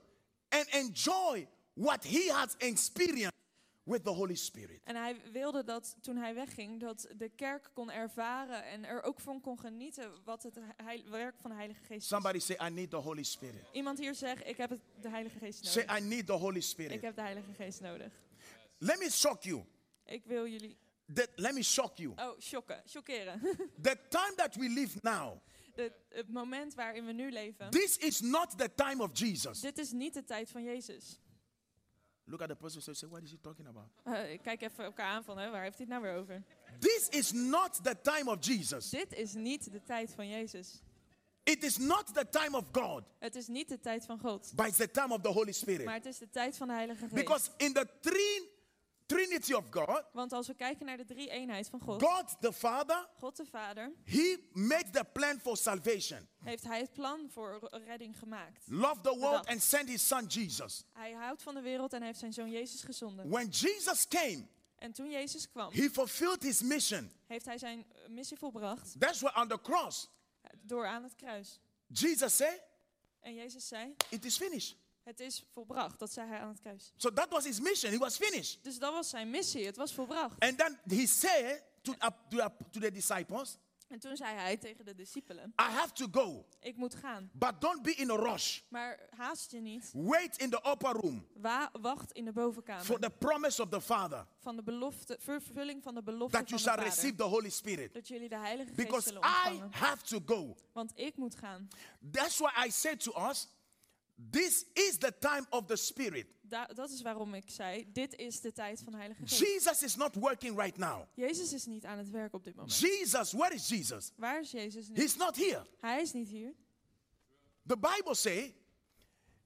A: and enjoy what he has experienced with the Holy Spirit.
B: En hij wilde dat toen hij wegging, dat de kerk kon ervaren en er ook van kon genieten wat het heil- werk van de Heilige Geest is.
A: Somebody say, I need the Holy Spirit.
B: Iemand hier zegt, ik heb het, de Heilige Geest
A: Say,
B: nodig.
A: I need the Holy
B: Ik
A: Spirit.
B: heb de Heilige Geest nodig.
A: Let me shock you.
B: Ik wil jullie...
A: That, let me shock you.
B: Oh, shocken, shockeren.
A: The time that we live now,
B: De- het moment waarin we nu leven,
A: this is not the time of Jesus.
B: dit is niet de tijd van Jezus.
A: Look at the person and say, What is he talking about?
B: Eh, ik kijk even elkaar aan van, hè, waar heeft hij het nou weer over?
A: This is not the time of Jesus.
B: Dit is niet de tijd van Jezus.
A: It is not the time of God,
B: Het is niet de tijd van God,
A: but it's the time of the Holy Spirit.
B: maar het is de tijd van de Heilige Geest.
A: Because in the three, Trinity of God,
B: Want als we kijken naar de drie eenheid van God,
A: God the Father,
B: God de Vader,
A: He made the plan for salvation,
B: heeft Hij het plan voor r- redding gemaakt.
A: loved the world,
B: Bedankt.
A: and sent His Son Jesus.
B: Hij houdt van de wereld en hij heeft zijn zoon Jezus gezonden.
A: When Jesus came,
B: En toen Jezus kwam,
A: He fulfilled His mission.
B: heeft Hij zijn eh, missie volbracht
A: That's why on the cross,
B: eh, door aan het kruis.
A: Jesus said,
B: En Jezus zei,
A: It is finished.
B: het is volbracht, dat zei Hij aan het kruis.
A: So that was His mission. He was finished.
B: Dus dat was zijn missie, het was volbracht.
A: And then He said to, up- to, up- to the disciples,
B: En toen zei Hij tegen de discipelen,
A: I have to go,
B: ik moet gaan.
A: but don't be in a rush.
B: Maar haast je niet,
A: Wait in the upper room
B: Wa- wacht in de
A: for
B: bovenkamer
A: the promise of the Father
B: van de belofte, vervulling van de belofte
A: that
B: van
A: you
B: de
A: shall
B: Vader.
A: receive the Holy Spirit.
B: Dat jullie de Heilige Geest
A: Because
B: zullen
A: I
B: ontvangen.
A: have to go.
B: Want ik moet gaan.
A: That's why I said to us, this is the time of the Spirit.
B: Da- dat is waarom ik zei, dit is de tijd van de Heilige Geest.
A: Jesus is not working right now.
B: Jezus is niet aan het werk op dit moment.
A: Jesus, where is Jesus?
B: Waar is Jezus nu?
A: He's not here.
B: Hij is niet hier.
A: The Bible say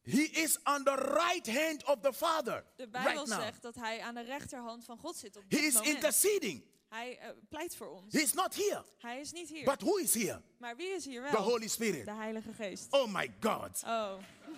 A: he is on the right hand of the Father
B: De Bijbel
A: right now.
B: zegt dat hij aan de rechterhand van God zit op
A: He
B: dit
A: is
B: moment.
A: interceding.
B: Hij eh, pleit voor ons.
A: He's not here.
B: hij is niet hier.
A: But who is here?
B: maar wie is hier wel?
A: The Holy Spirit.
B: de Heilige Geest.
A: Oh my God.
B: Oh,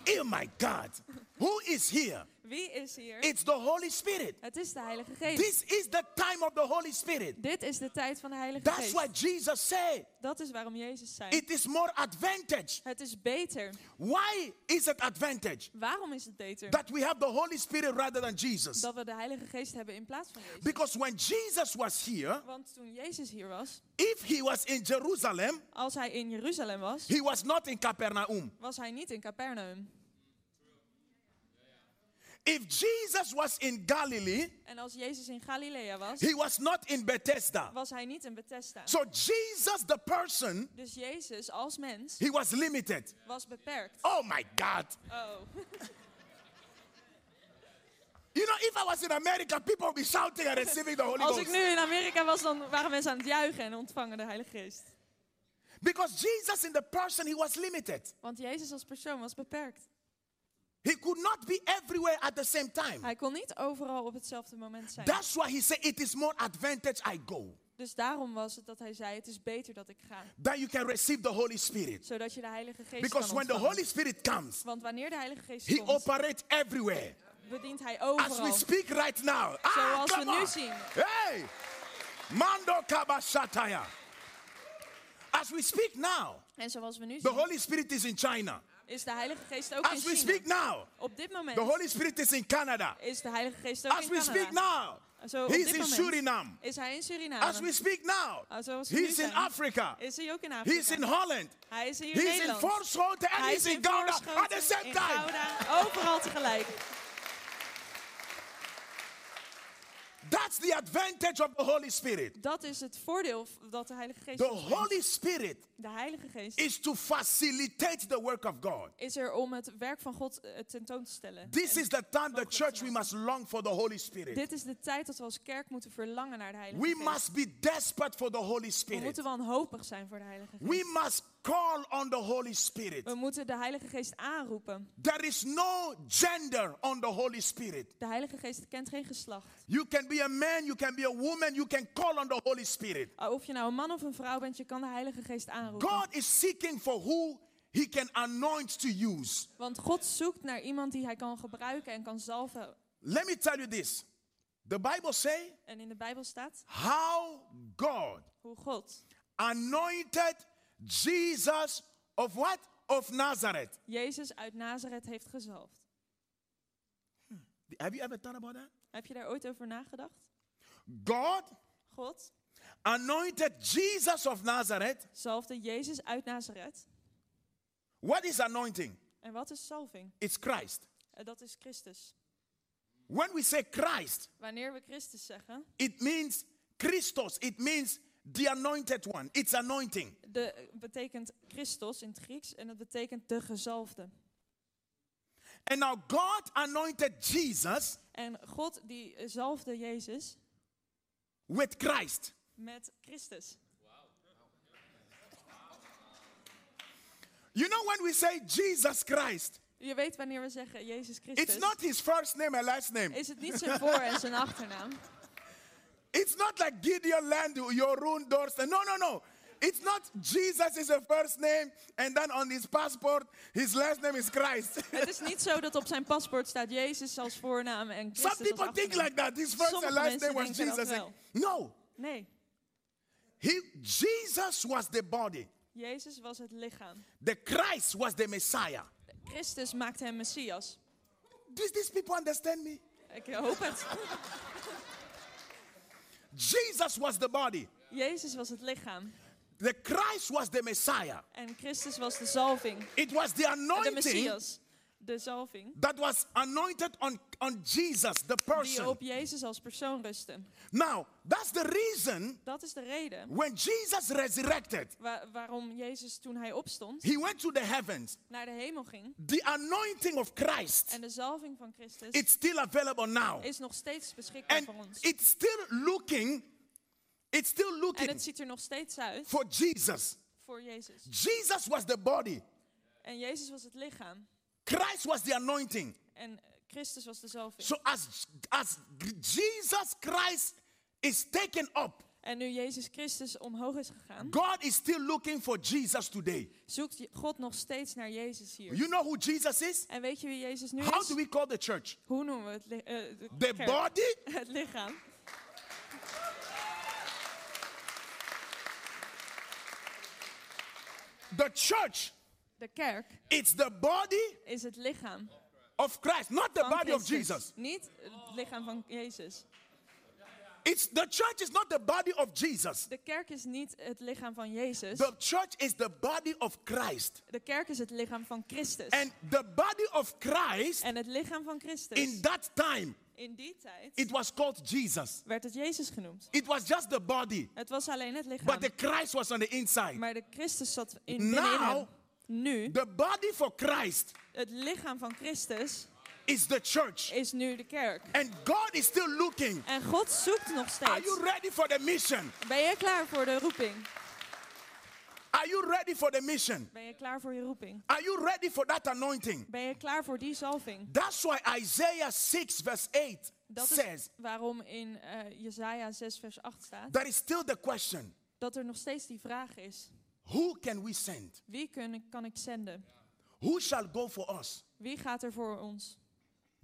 A: Oh my God. Who is here?
B: Wie is hier?
A: It's the Holy Spirit.
B: Het is de Heilige Geest.
A: This is the time of the Holy Spirit.
B: Dit is de tijd van de Heilige
A: That's
B: Geest.
A: why Jesus said
B: Dat is waarom Jezus zei.
A: it is more advantage.
B: het is beter.
A: Why is it advantage
B: Waarom is het beter?
A: that we have the Holy Spirit rather than Jesus?
B: dat we de Heilige Geest hebben in plaats van Jezus.
A: Because when Jesus was here,
B: Want toen Jezus hier was,
A: if he was in Jerusalem,
B: als hij in Jeruzalem was,
A: he was not in Capernaum.
B: was hij niet in Capernaum.
A: If Jesus was in Galilee,
B: En als Jezus in Galilea was,
A: he was not in Bethesda.
B: was hij niet in Bethesda.
A: So Jesus, the person,
B: Dus Jezus als mens
A: he was limited.
B: was beperkt.
A: Oh my God.
B: Oh,
A: You know, if I was in America, people would be shouting and receiving the Holy
B: als ik
A: Ghost.
B: nu in Amerika was, dan waren mensen aan het juichen en ontvangen de Heilige Geest.
A: Because Jesus in the person, he was limited.
B: Want Jezus als persoon was beperkt.
A: He could not be everywhere at the same time.
B: Hij kon niet overal op hetzelfde moment zijn.
A: That's why he said, It is more advantage I go.
B: Dus daarom was het dat hij zei, het is beter dat ik ga.
A: That you can receive the Holy Spirit.
B: Zodat je de Heilige Geest
A: Because
B: kan
A: when the
B: ontvangen.
A: Holy Spirit comes,
B: Want wanneer de Heilige Geest
A: he
B: komt,
A: operates everywhere.
B: bedient hij
A: As we
B: overal.
A: speak right now. Ah,
B: Zoals we
A: come
B: nu
A: on.
B: zien.
A: Hey! Mando Kabashataya. As we speak now,
B: En zoals we nu
A: the
B: zien,
A: Holy Spirit is in China.
B: is de Heilige Geest ook in
A: As we speak
B: China.
A: now,
B: Op dit
A: the
B: moment
A: Holy Spirit is in Canada.
B: is de Heilige Geest ook
A: As
B: in
A: we speak
B: Canada.
A: now,
B: Zo, op
A: he's
B: dit
A: in
B: moment
A: Suriname.
B: Is hij in Suriname?
A: As we speak now,
B: Ah, zoals we nu
A: he's in
B: zijn.
A: Africa.
B: Is hij ook in Afrika?
A: He's in Holland.
B: hij is hier in
A: He's in
B: Nederland.
A: Voorschoten and
B: hij
A: he's
B: is in
A: in Gouda
B: Voorschoten,
A: at the same
B: in
A: time.
B: Gouda, overal tegelijk.
A: That's the advantage of the Holy Spirit.
B: Dat is het voordeel v- dat de Heilige Geest
A: The
B: ons brengt.
A: Holy Spirit
B: De Heilige Geest
A: is to facilitate the work of God.
B: is er om het werk van God eh, tentoon te stellen.
A: This
B: En
A: is the time the
B: mogelijk te
A: church we
B: maken.
A: must long for the Holy Spirit.
B: Dit is de tijd dat we als kerk moeten verlangen naar de Heilige
A: We
B: Geest.
A: must be desperate for the Holy
B: we
A: Spirit.
B: moeten wanhopig zijn voor de Heilige Geest.
A: We must call on the Holy Spirit.
B: We moeten de Heilige Geest aanroepen.
A: There is no gender on the Holy Spirit.
B: De Heilige Geest kent geen geslacht.
A: You can be a man, you can be a woman, you can call on the Holy Spirit.
B: Of je nou een man of een vrouw bent, je kan de Heilige Geest aanroepen.
A: God is seeking for who he can anoint to use.
B: Want God zoekt naar iemand die hij kan gebruiken en kan zalven.
A: Let me tell you this. The Bible say
B: En in de Bijbel staat
A: how God
B: hoe God
A: anointed Jesus of what? Of Nazareth.
B: Jezus uit Nazareth heeft gezalfd.
A: Have you ever thought about that?
B: Heb je daar ooit over nagedacht?
A: God
B: God
A: anointed Jesus of Nazareth.
B: zalfde Jezus uit Nazareth.
A: What is anointing?
B: En wat is zalving?
A: It's Christ.
B: Eh, Dat is Christus.
A: When we say Christ,
B: Wanneer we Christus zeggen,
A: it means Christos. It means the anointed one. It's anointing.
B: de, eh, betekent Christos in het Grieks en dat betekent de gezalfde.
A: And now God anointed Jesus
B: En God die eh, zalfde Jezus
A: with Christ.
B: met Christus.
A: You know when we say Jesus Christ,
B: Je weet wanneer we zeggen Jezus Christus,
A: it's not his first name and last name.
B: is het niet zijn voor- en zijn achternaam.
A: It's not like Gideon Land, Jorun Dorsten. No, no, no. It's not Jesus is the first name, and then on his passport, his last name is Christ.
B: Het is niet zo dat op zijn paspoort staat Jezus als voornaam en Christus
A: Some people
B: als
A: think
B: achternaam.
A: like that. His first
B: Sommige
A: and last
B: mensen
A: name was
B: denken dat
A: Jesus.
B: wel.
A: No,
B: Nee,
A: he, Jesus was the body.
B: Jezus was het lichaam.
A: The Christ was the Messiah.
B: Christus maakt hem Messias.
A: Does these people understand me?
B: Ik hoop het.
A: Jesus was the body.
B: Jezus was het lichaam
A: The Christ was the Messiah.
B: en Christus was de zalving.
A: It was the
B: De
A: anointing
B: Messias, de zalving,
A: that was anointed on, on Jesus, the
B: die
A: person.
B: op Jezus als persoon rustte.
A: Now, that's the reason
B: Dat is de reden
A: when Jesus resurrected,
B: wa- waarom Jezus toen hij opstond
A: he went to the heavens.
B: naar de hemel ging.
A: The anointing of Christ,
B: En de zalving van Christus
A: it's still available now.
B: is nog steeds beschikbaar
A: And
B: voor ons.
A: it's still looking, it's still
B: En
A: looking
B: het ziet er nog steeds uit
A: for Jesus.
B: voor Jezus.
A: Jesus was the body,
B: En Jezus was het lichaam.
A: Christ was the anointing.
B: En eh, Christus was de zalving.
A: So as, as Jesus Christ is taken up,
B: En nu Jezus Christus omhoog is gegaan,
A: God is still looking for Jesus today.
B: zoekt je- God nog steeds naar Jezus hier.
A: You know who Jesus is?
B: En weet je wie Jezus nu
A: How do
B: is?
A: we call the church?
B: Hoe noemen we het, li- eh, de
A: The
B: kerk?
A: body?
B: het lichaam?
A: The church.
B: De kerk
A: It's the body
B: is het lichaam
A: of Christ, not the
B: van
A: body of
B: Christus.
A: Jesus.
B: Niet het lichaam van Jezus.
A: It's the church is not the body of Jesus.
B: De kerk is niet het lichaam van Jezus.
A: The church is the body of Christ.
B: De kerk is het lichaam van Christus.
A: And the body of Christ
B: En het lichaam van Christus.
A: in that time,
B: In die tijd
A: it was called Jesus.
B: werd het Jezus genoemd.
A: It was just the body,
B: Het was alleen het
A: but
B: lichaam.
A: the Christ was on the inside.
B: Maar de Christus zat in, binnenin
A: Now-
B: hem. Nu,
A: The body for Christ
B: het lichaam van Christus
A: is the church.
B: is nu de kerk.
A: And God is still looking.
B: En God zoekt nog
A: Are you
B: steeds.
A: ready for the mission?
B: Ben je klaar voor de roeping?
A: Are you ready for the mission?
B: Ben je klaar voor je roeping?
A: Are you ready for that anointing?
B: Ben je klaar voor die zalving?
A: That's why Isaiah 6, verse 8
B: Dat is
A: says
B: waarom in eh, Jesaja 6 vers 8 staat
A: that is still the question
B: dat er nog steeds die vraag is.
A: who can we send?
B: Wie kun, ik- kan ik zenden?
A: Who shall go for us?
B: Wie gaat er voor ons?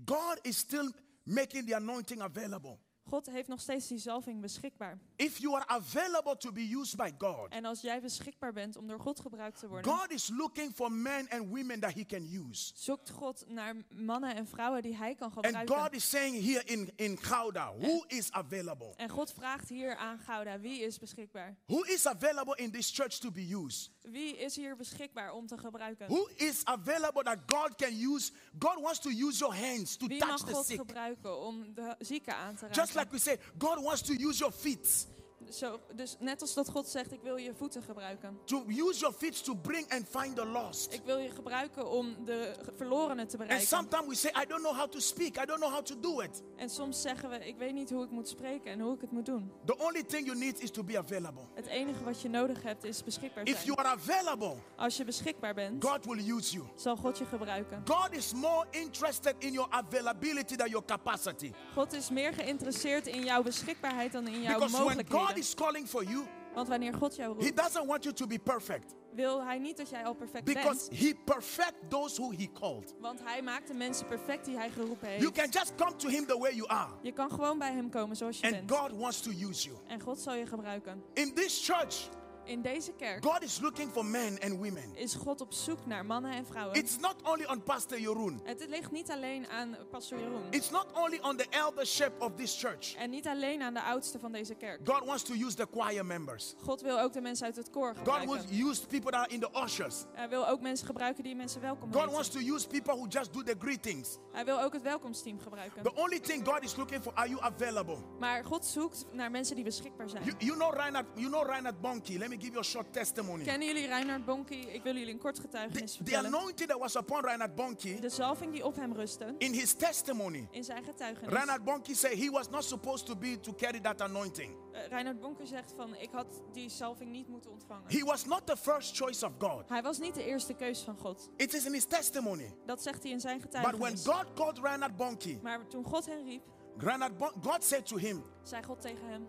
A: God is still making the anointing available.
B: God heeft nog steeds die zalving beschikbaar.
A: If you are available to be used by God,
B: En als jij beschikbaar bent om door God gebruikt te worden,
A: God is looking for men and women that He can use.
B: zoekt God naar mannen en vrouwen die hij kan
A: And
B: gebruiken.
A: God is saying here in, in Kauda, who is available?
B: En God vraagt hier aan Gouda, wie is beschikbaar?
A: Who is available in this church to be used?
B: Wie is hier beschikbaar om te gebruiken?
A: Who is available that God can use? God wants to use your hands to
B: Wie mag
A: touch the
B: God
A: sick.
B: gebruiken om de zieken aan te
A: Just
B: raken?
A: like we say, God wants to use your feet.
B: Zo, dus net als dat God zegt, ik wil je voeten gebruiken.
A: To use your feet to bring and find the lost.
B: Ik wil je gebruiken om de ge- verlorenen te
A: And
B: bereiken.
A: sometimes we say, I don't know how to speak. I don't know how to do it.
B: En soms zeggen we, ik weet niet hoe ik moet spreken en hoe ik het moet doen.
A: The only thing you need is to be available.
B: Het enige wat je nodig hebt is beschikbaar
A: If you
B: zijn.
A: are available,
B: Als je beschikbaar bent,
A: God will use you.
B: zal God je gebruiken.
A: God is more interested in your availability than your capacity.
B: God is meer geïnteresseerd in jouw beschikbaarheid dan in jouw
A: Because when God
B: mogelijkheden.
A: is calling for you,
B: Want wanneer God jou
A: He
B: roept,
A: doesn't want you to be perfect.
B: wil Hij niet dat jij al perfect
A: Because
B: bent.
A: He perfect those who He called.
B: Want Hij maakt de mensen perfect die Hij geroepen
A: You
B: heeft.
A: can just come to Him the way you are.
B: Je kan gewoon bij Hem komen zoals je
A: And
B: bent.
A: God wants to use you.
B: En God zal je gebruiken.
A: In this church,
B: In deze kerk
A: God is looking for men and women.
B: is God op zoek naar mannen en vrouwen.
A: It's not only on Pastor Yorun.
B: Het ligt niet alleen aan Pastor Jeroen.
A: It's not only on the eldership of this church.
B: En niet alleen aan de oudste van deze kerk.
A: God wants to use the choir members.
B: God wil ook de mensen uit het koor
A: God wants
B: gebruiken.
A: to use people that are in the ushers.
B: Hij wil ook mensen gebruiken die mensen welkom
A: God wants
B: heten.
A: to use people who just do the greetings.
B: Hij wil ook het welkomsteam gebruiken.
A: The only thing God is looking for are you available?
B: Maar God zoekt naar mensen die beschikbaar
A: You,
B: zijn.
A: you know Reinhard, you know Reinhard Bonnke. Let me give you a short testimony.
B: Kennen jullie Reinhard Bonke? Ik wil jullie een kort getuigenis
A: The, the
B: vertellen.
A: anointing that was upon Reinhard Bonnke
B: De zalving die op hem rustte
A: in his testimony,
B: in zijn getuigenis.
A: Reinhard Bonnke said he was not supposed to be to carry that anointing.
B: Eh, Reinhard Bonke zegt van ik had die zalving niet moeten ontvangen.
A: He was not the first choice of God.
B: Hij was niet de eerste keus van God.
A: It is in his testimony.
B: Dat zegt hij in zijn
A: But when
B: getuigenis.
A: God called Reinhard Bonnke,
B: Maar toen God hen riep,
A: Reinhard Bon- God said to him,
B: zei God tegen hem: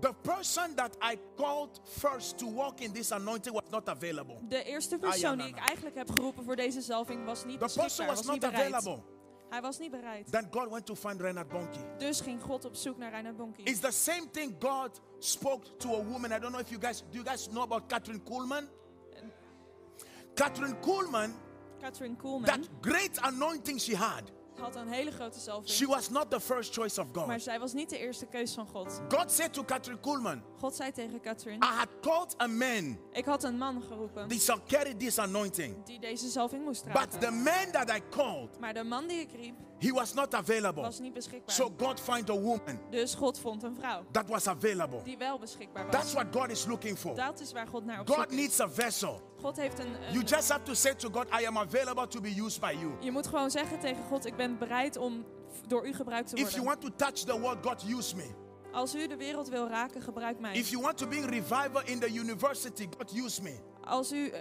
A: The person that I called first to walk in this anointing was not available.
B: De eerste
A: Ah, ja,
B: persoon
A: nou,
B: die ik
A: nou.
B: eigenlijk heb geroepen voor deze zalving was niet
A: The person
B: beschikbaar,
A: was
B: was niet
A: not
B: bereid.
A: available.
B: Hij was niet bereid.
A: Then God went to find Reinhard Bonnke.
B: Dus ging God op zoek naar Reinhard Bonke.
A: It's the same thing God spoke to a woman. I don't know if you guys do you guys know about Catherine Kuhlman? Catherine Kuhlman,
B: Catherine Coolman
A: that great anointing she had,
B: had een hele grote
A: she
B: zalving,
A: was not the first choice of
B: maar
A: God.
B: zij was niet de eerste keus van God.
A: God said to Catherine Kuhlman,
B: God zei tegen Catherine:
A: I had called a man
B: Ik had een man geroepen
A: that shall carry this anointing.
B: die deze zalving moest
A: But the
B: dragen.
A: man that I called,
B: Maar de man die ik riep
A: he was not available.
B: was niet beschikbaar.
A: So God find a woman
B: Dus God vond een vrouw
A: that was available.
B: die wel beschikbaar
A: That's
B: was.
A: what God is looking for.
B: Dat is waar God naar op zoek
A: God
B: is.
A: needs a vessel.
B: God heeft een, een-
A: You just have to say to God, I am available to be used by you.
B: Je moet gewoon zeggen tegen God: Ik ben bereid om f- door u gebruikt te
A: If you
B: worden.
A: want to touch the world, God use me.
B: Als u de wereld wil raken, gebruik mij.
A: If you want to be revival in the university, God use me.
B: Als u eh,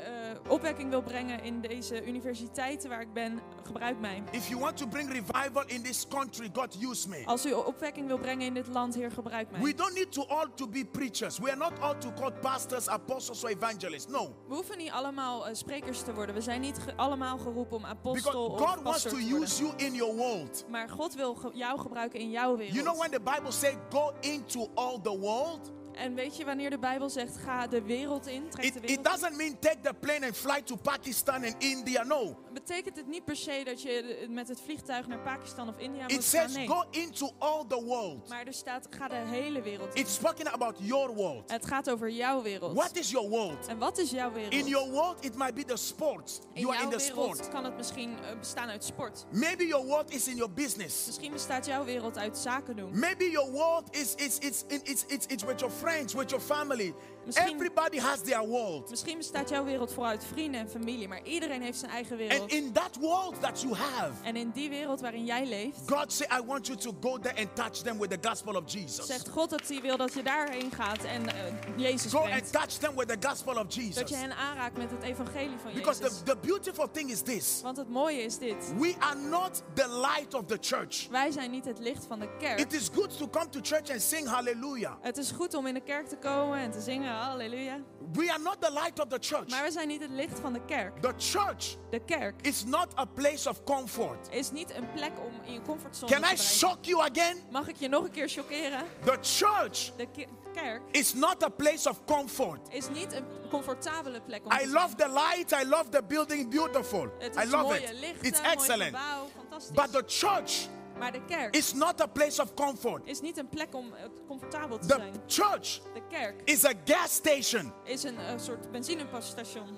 B: opwekking wil brengen in deze universiteiten waar ik ben, gebruik mij.
A: If you want to bring revival in this country, God use me.
B: Als u opwekking wil brengen in dit land, Heer, gebruik mij.
A: We don't need to all to be preachers. We are not all to call pastors, apostles, or evangelists. No.
B: We hoeven niet allemaal eh, sprekers te worden. We zijn niet ge- allemaal geroepen om
A: Because
B: apostel of
A: God wants
B: pastor
A: to
B: te worden.
A: use you in your world.
B: Maar God wil ge- jou gebruiken in jouw wereld.
A: You know when the Bible says go into all the world?
B: En weet je wanneer de Bijbel zegt, ga de wereld in, trek
A: It,
B: de
A: it
B: wereld in.
A: doesn't mean take the plane and fly to Pakistan and India. No.
B: Betekent het niet per se dat je eh, met het vliegtuig naar Pakistan eh? of India
A: It
B: moet gaan?
A: says
B: Nee.
A: go into all the world.
B: Maar er staat, ga de hele wereld in.
A: It's talking about your world.
B: Het gaat over jouw wereld.
A: What is your world?
B: En wat is jouw wereld?
A: In your world, it might be the sports.
B: In
A: You are
B: jouw
A: in the
B: wereld
A: sport.
B: kan het misschien eh, bestaan uit sport.
A: Maybe your world is in your business.
B: Misschien bestaat jouw wereld uit zaken doen.
A: Maybe your world is it's it's it's it's, it's with your friends, with your family.
B: Misschien-
A: Everybody has their world.
B: Misschien bestaat jouw wereld vooral uit vrienden en familie, maar iedereen heeft zijn eigen
A: And
B: wereld.
A: in that world that you have,
B: En in die wereld waarin jij leeft,
A: God say, I want you to go there and touch them with the gospel of Jesus.
B: zegt God dat hij wil dat je daarheen gaat en eh, Jezus
A: Go and
B: brengt.
A: touch them with the gospel of
B: Dat je
A: Jesus.
B: hen aanraakt met het evangelie van
A: Because the,
B: Jezus.
A: the beautiful thing is this
B: Want het mooie is dit.
A: we are not the light of the church.
B: Wij zijn niet het licht van de kerk.
A: It is good to come to church and sing hallelujah.
B: Het is goed om in de kerk te komen en te zingen, halleluja.
A: We are not the light of the church.
B: Maar we zijn niet het licht van de kerk.
A: The church
B: De kerk
A: is not a place of comfort.
B: is niet een plek om in je comfortzone te
A: Can I
B: blijven.
A: shock you again?
B: Mag ik je nog een keer chockeren?
A: The church
B: De ki- kerk
A: It's not a place of comfort.
B: is niet een comfortabele plek om
A: I
B: te zijn.
A: love the light. I love the building. Beautiful.
B: Het
A: I
B: is
A: love
B: mooie
A: it.
B: lichten,
A: It's
B: mooi
A: excellent.
B: gebouw, fantastisch.
A: But the church
B: maar de kerk
A: is not a place of comfort.
B: is niet een plek om eh, comfortabel te
A: The
B: zijn.
A: church
B: De kerk
A: is a gas station.
B: is een eh, soort benzinepasstation.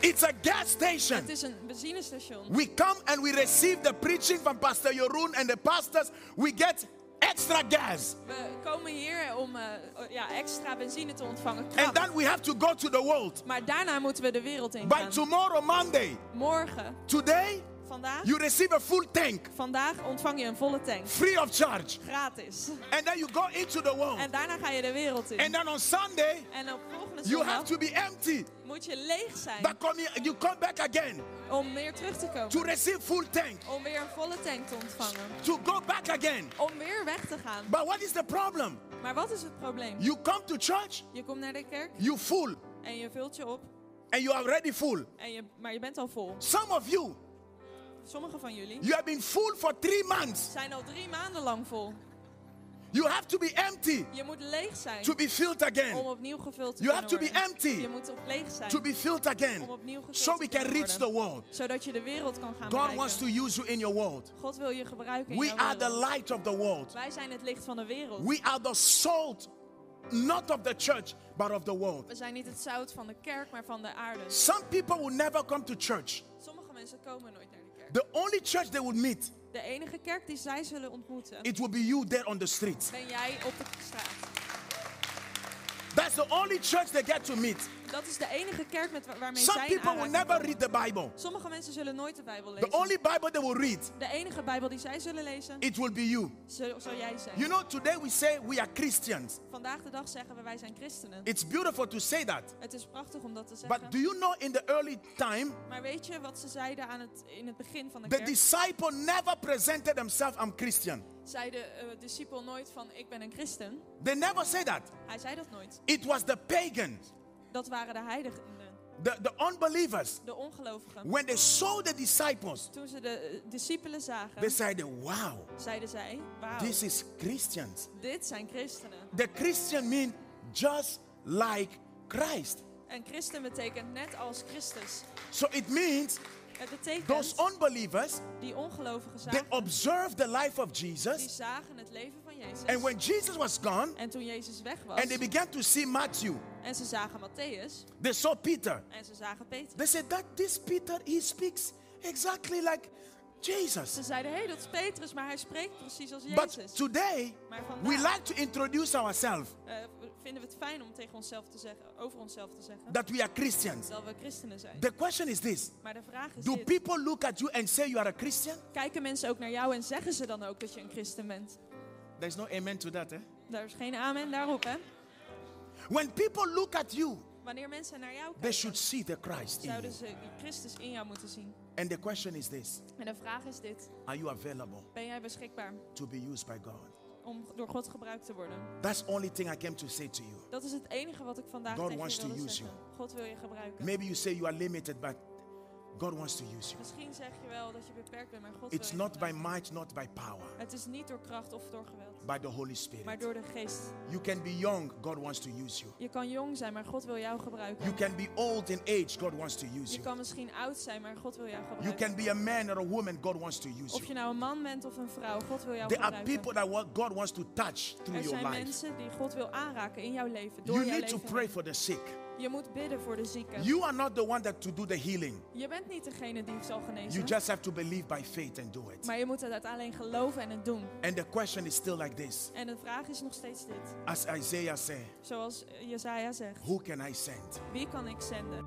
A: It's a gas station.
B: Het is een benzinestation.
A: We come and we receive the preaching from Pastor Yorun and the pastors. We get extra gas.
B: We komen hier om eh, ja, extra benzine te ontvangen.
A: And
B: Kracht.
A: then we have to go to the world.
B: Maar daarna moeten we de wereld in
A: By
B: gaan.
A: tomorrow, Monday,
B: Morgen,
A: today,
B: vandaag,
A: you receive a full tank
B: vandaag ontvang je een volle tank.
A: free of charge.
B: Gratis.
A: And then you go into the world.
B: En daarna ga je de wereld in.
A: And then on Sunday,
B: En op volgende
A: You have
B: zondag
A: to be empty.
B: moet je leeg zijn
A: But come here, you come back again
B: om weer terug te komen.
A: to receive full tank,
B: Om weer een volle tank te ontvangen.
A: to go back again.
B: Om weer weg te gaan.
A: But what is the problem?
B: Maar wat is het probleem?
A: You come to church,
B: Je komt naar de kerk
A: you full,
B: en je vult je op.
A: and you are already full.
B: En je, maar je bent al vol.
A: Some of you,
B: Sommigen van jullie
A: you have been full for three months.
B: zijn al drie maanden lang vol.
A: You have to be empty
B: Je moet leeg zijn
A: to be filled
B: om
A: again.
B: opnieuw gevuld te
A: You
B: kunnen
A: have to be
B: worden.
A: empty.
B: Je moet op leeg zijn
A: To be filled again.
B: om opnieuw gevuld
A: So
B: te
A: we
B: kunnen
A: can reach the
B: worden.
A: world.
B: Zodat je de wereld kan gaan
A: Oh God
B: bereiken.
A: wants to use you in your world.
B: God wil je gebruiken in
A: We
B: jouw
A: are the
B: wereld.
A: light of the world.
B: Wij zijn het licht van de wereld.
A: We are the salt, not of the church, but of the world.
B: We zijn niet het zout van de kerk, maar van de aarde.
A: Some people will never come to church.
B: Sommige mensen komen nooit naar de kerk.
A: The only church they would meet,
B: De enige kerk die zij zullen ontmoeten,
A: it will be you there on the street.
B: ben jij op de straat.
A: That's the only church they get to meet.
B: Dat is de enige kerk met wa- waarmee
A: Some
B: zij in
A: people will
B: aanraking
A: never
B: komen.
A: read the Bible.
B: Sommige mensen zullen nooit de Bijbel lezen.
A: The only Bible they will read,
B: De enige Bijbel die zij zullen lezen,
A: it will be you.
B: zul, zal jij zijn.
A: You know, today we say we are Christians.
B: Vandaag de dag zeggen we wij zijn christenen.
A: It's beautiful to say that.
B: Het is prachtig om dat te zeggen.
A: But do you know in the early time,
B: Maar weet je wat ze zeiden aan het, in het begin van de
A: the
B: kerk?
A: disciple never presented themselves, I'm Christian.
B: Zei de eh, discipel nooit van ik ben een christen.
A: They never say that.
B: Hij zei dat nooit.
A: It was the pagans,
B: Dat waren de heidenen,
A: the, the unbelievers.
B: de ongelovigen.
A: When they saw the disciples,
B: Toen ze de eh, discipelen
A: they
B: zagen,
A: said, Wow,
B: zeiden zij, wauw,
A: this is Christians.
B: dit zijn christenen.
A: The Christian means just like Christ.
B: En christen betekent net als Christus.
A: So it means
B: Het betekent,
A: those unbelievers,
B: die ongelovigen
A: they
B: zagen,
A: observed the life of
B: die
A: Jesus.
B: zagen het leven van Jezus.
A: And when Jesus was gone,
B: En toen Jezus weg was,
A: and they began to see Matthew,
B: en ze zagen Matthäus,
A: they saw Peter.
B: en ze zagen Petrus.
A: They said that this Peter, he speaks exactly like
B: Ze
A: Jesus.
B: zeiden, hé, dat is Petrus, maar hij spreekt precies als
A: But
B: Jezus.
A: today,
B: Maar
A: we
B: vandaag
A: like to introduce ourselves
B: eh, vinden we het fijn om tegen onszelf te zeggen, over onszelf te zeggen
A: that we are Christians.
B: dat we christenen zijn.
A: The question is this
B: Maar de vraag is
A: Do
B: dit.
A: people look at you and say you are a Christian?
B: kijken mensen ook naar jou en zeggen ze dan ook dat je een christen bent?
A: There's no amen to that, eh?
B: Daar is geen amen daarop, hè?
A: When people look at you,
B: Wanneer mensen naar jou
A: they
B: kijken,
A: should see the Christ in you.
B: zouden ze Christus in jou moeten zien.
A: And the question is this
B: En de vraag is dit,
A: Are you available
B: ben jij beschikbaar
A: to be used by God?
B: om door God gebruikt te worden?
A: That's the only thing I came to say to you.
B: Dat is het enige wat ik vandaag
A: God
B: tegen
A: wants
B: je
A: to
B: wilde
A: use
B: zeggen. God wil je gebruiken.
A: Maybe you say you are limited, but God wants to use you.
B: Misschien zeg je wel dat je beperkt bent, maar God
A: It's
B: wil je
A: not by
B: gebruiken.
A: might, not by power,
B: Het is niet door kracht of door geweld,
A: by the Holy
B: maar
A: Spirit.
B: door de geest.
A: You can be young, God wants to use you.
B: Je kan jong zijn, maar God wil jou gebruiken.
A: You can be old in age, God wants to use
B: Je
A: you.
B: kan misschien oud zijn, maar God wil jou
A: You
B: gebruiken.
A: can be a man or a woman, God wants to use
B: Of je
A: you.
B: nou een man bent of een vrouw, God wil jou
A: There are
B: gebruiken.
A: people that what God wants to touch through
B: er
A: your
B: zijn
A: life.
B: mensen die God wil aanraken in jouw leven, door
A: You
B: jouw
A: need to
B: leven.
A: pray for the sick.
B: Je moet bidden voor de zieken.
A: You are not the one that to do the healing.
B: Je bent niet degene die zal
A: You
B: genezen,
A: just have to believe by faith and do it.
B: maar je moet het alleen geloven en het doen.
A: And the question is still like this.
B: En de vraag is nog steeds dit.
A: As Isaiah said,
B: Zoals eh, Jezaja zegt,
A: who can I send?
B: wie kan ik zenden?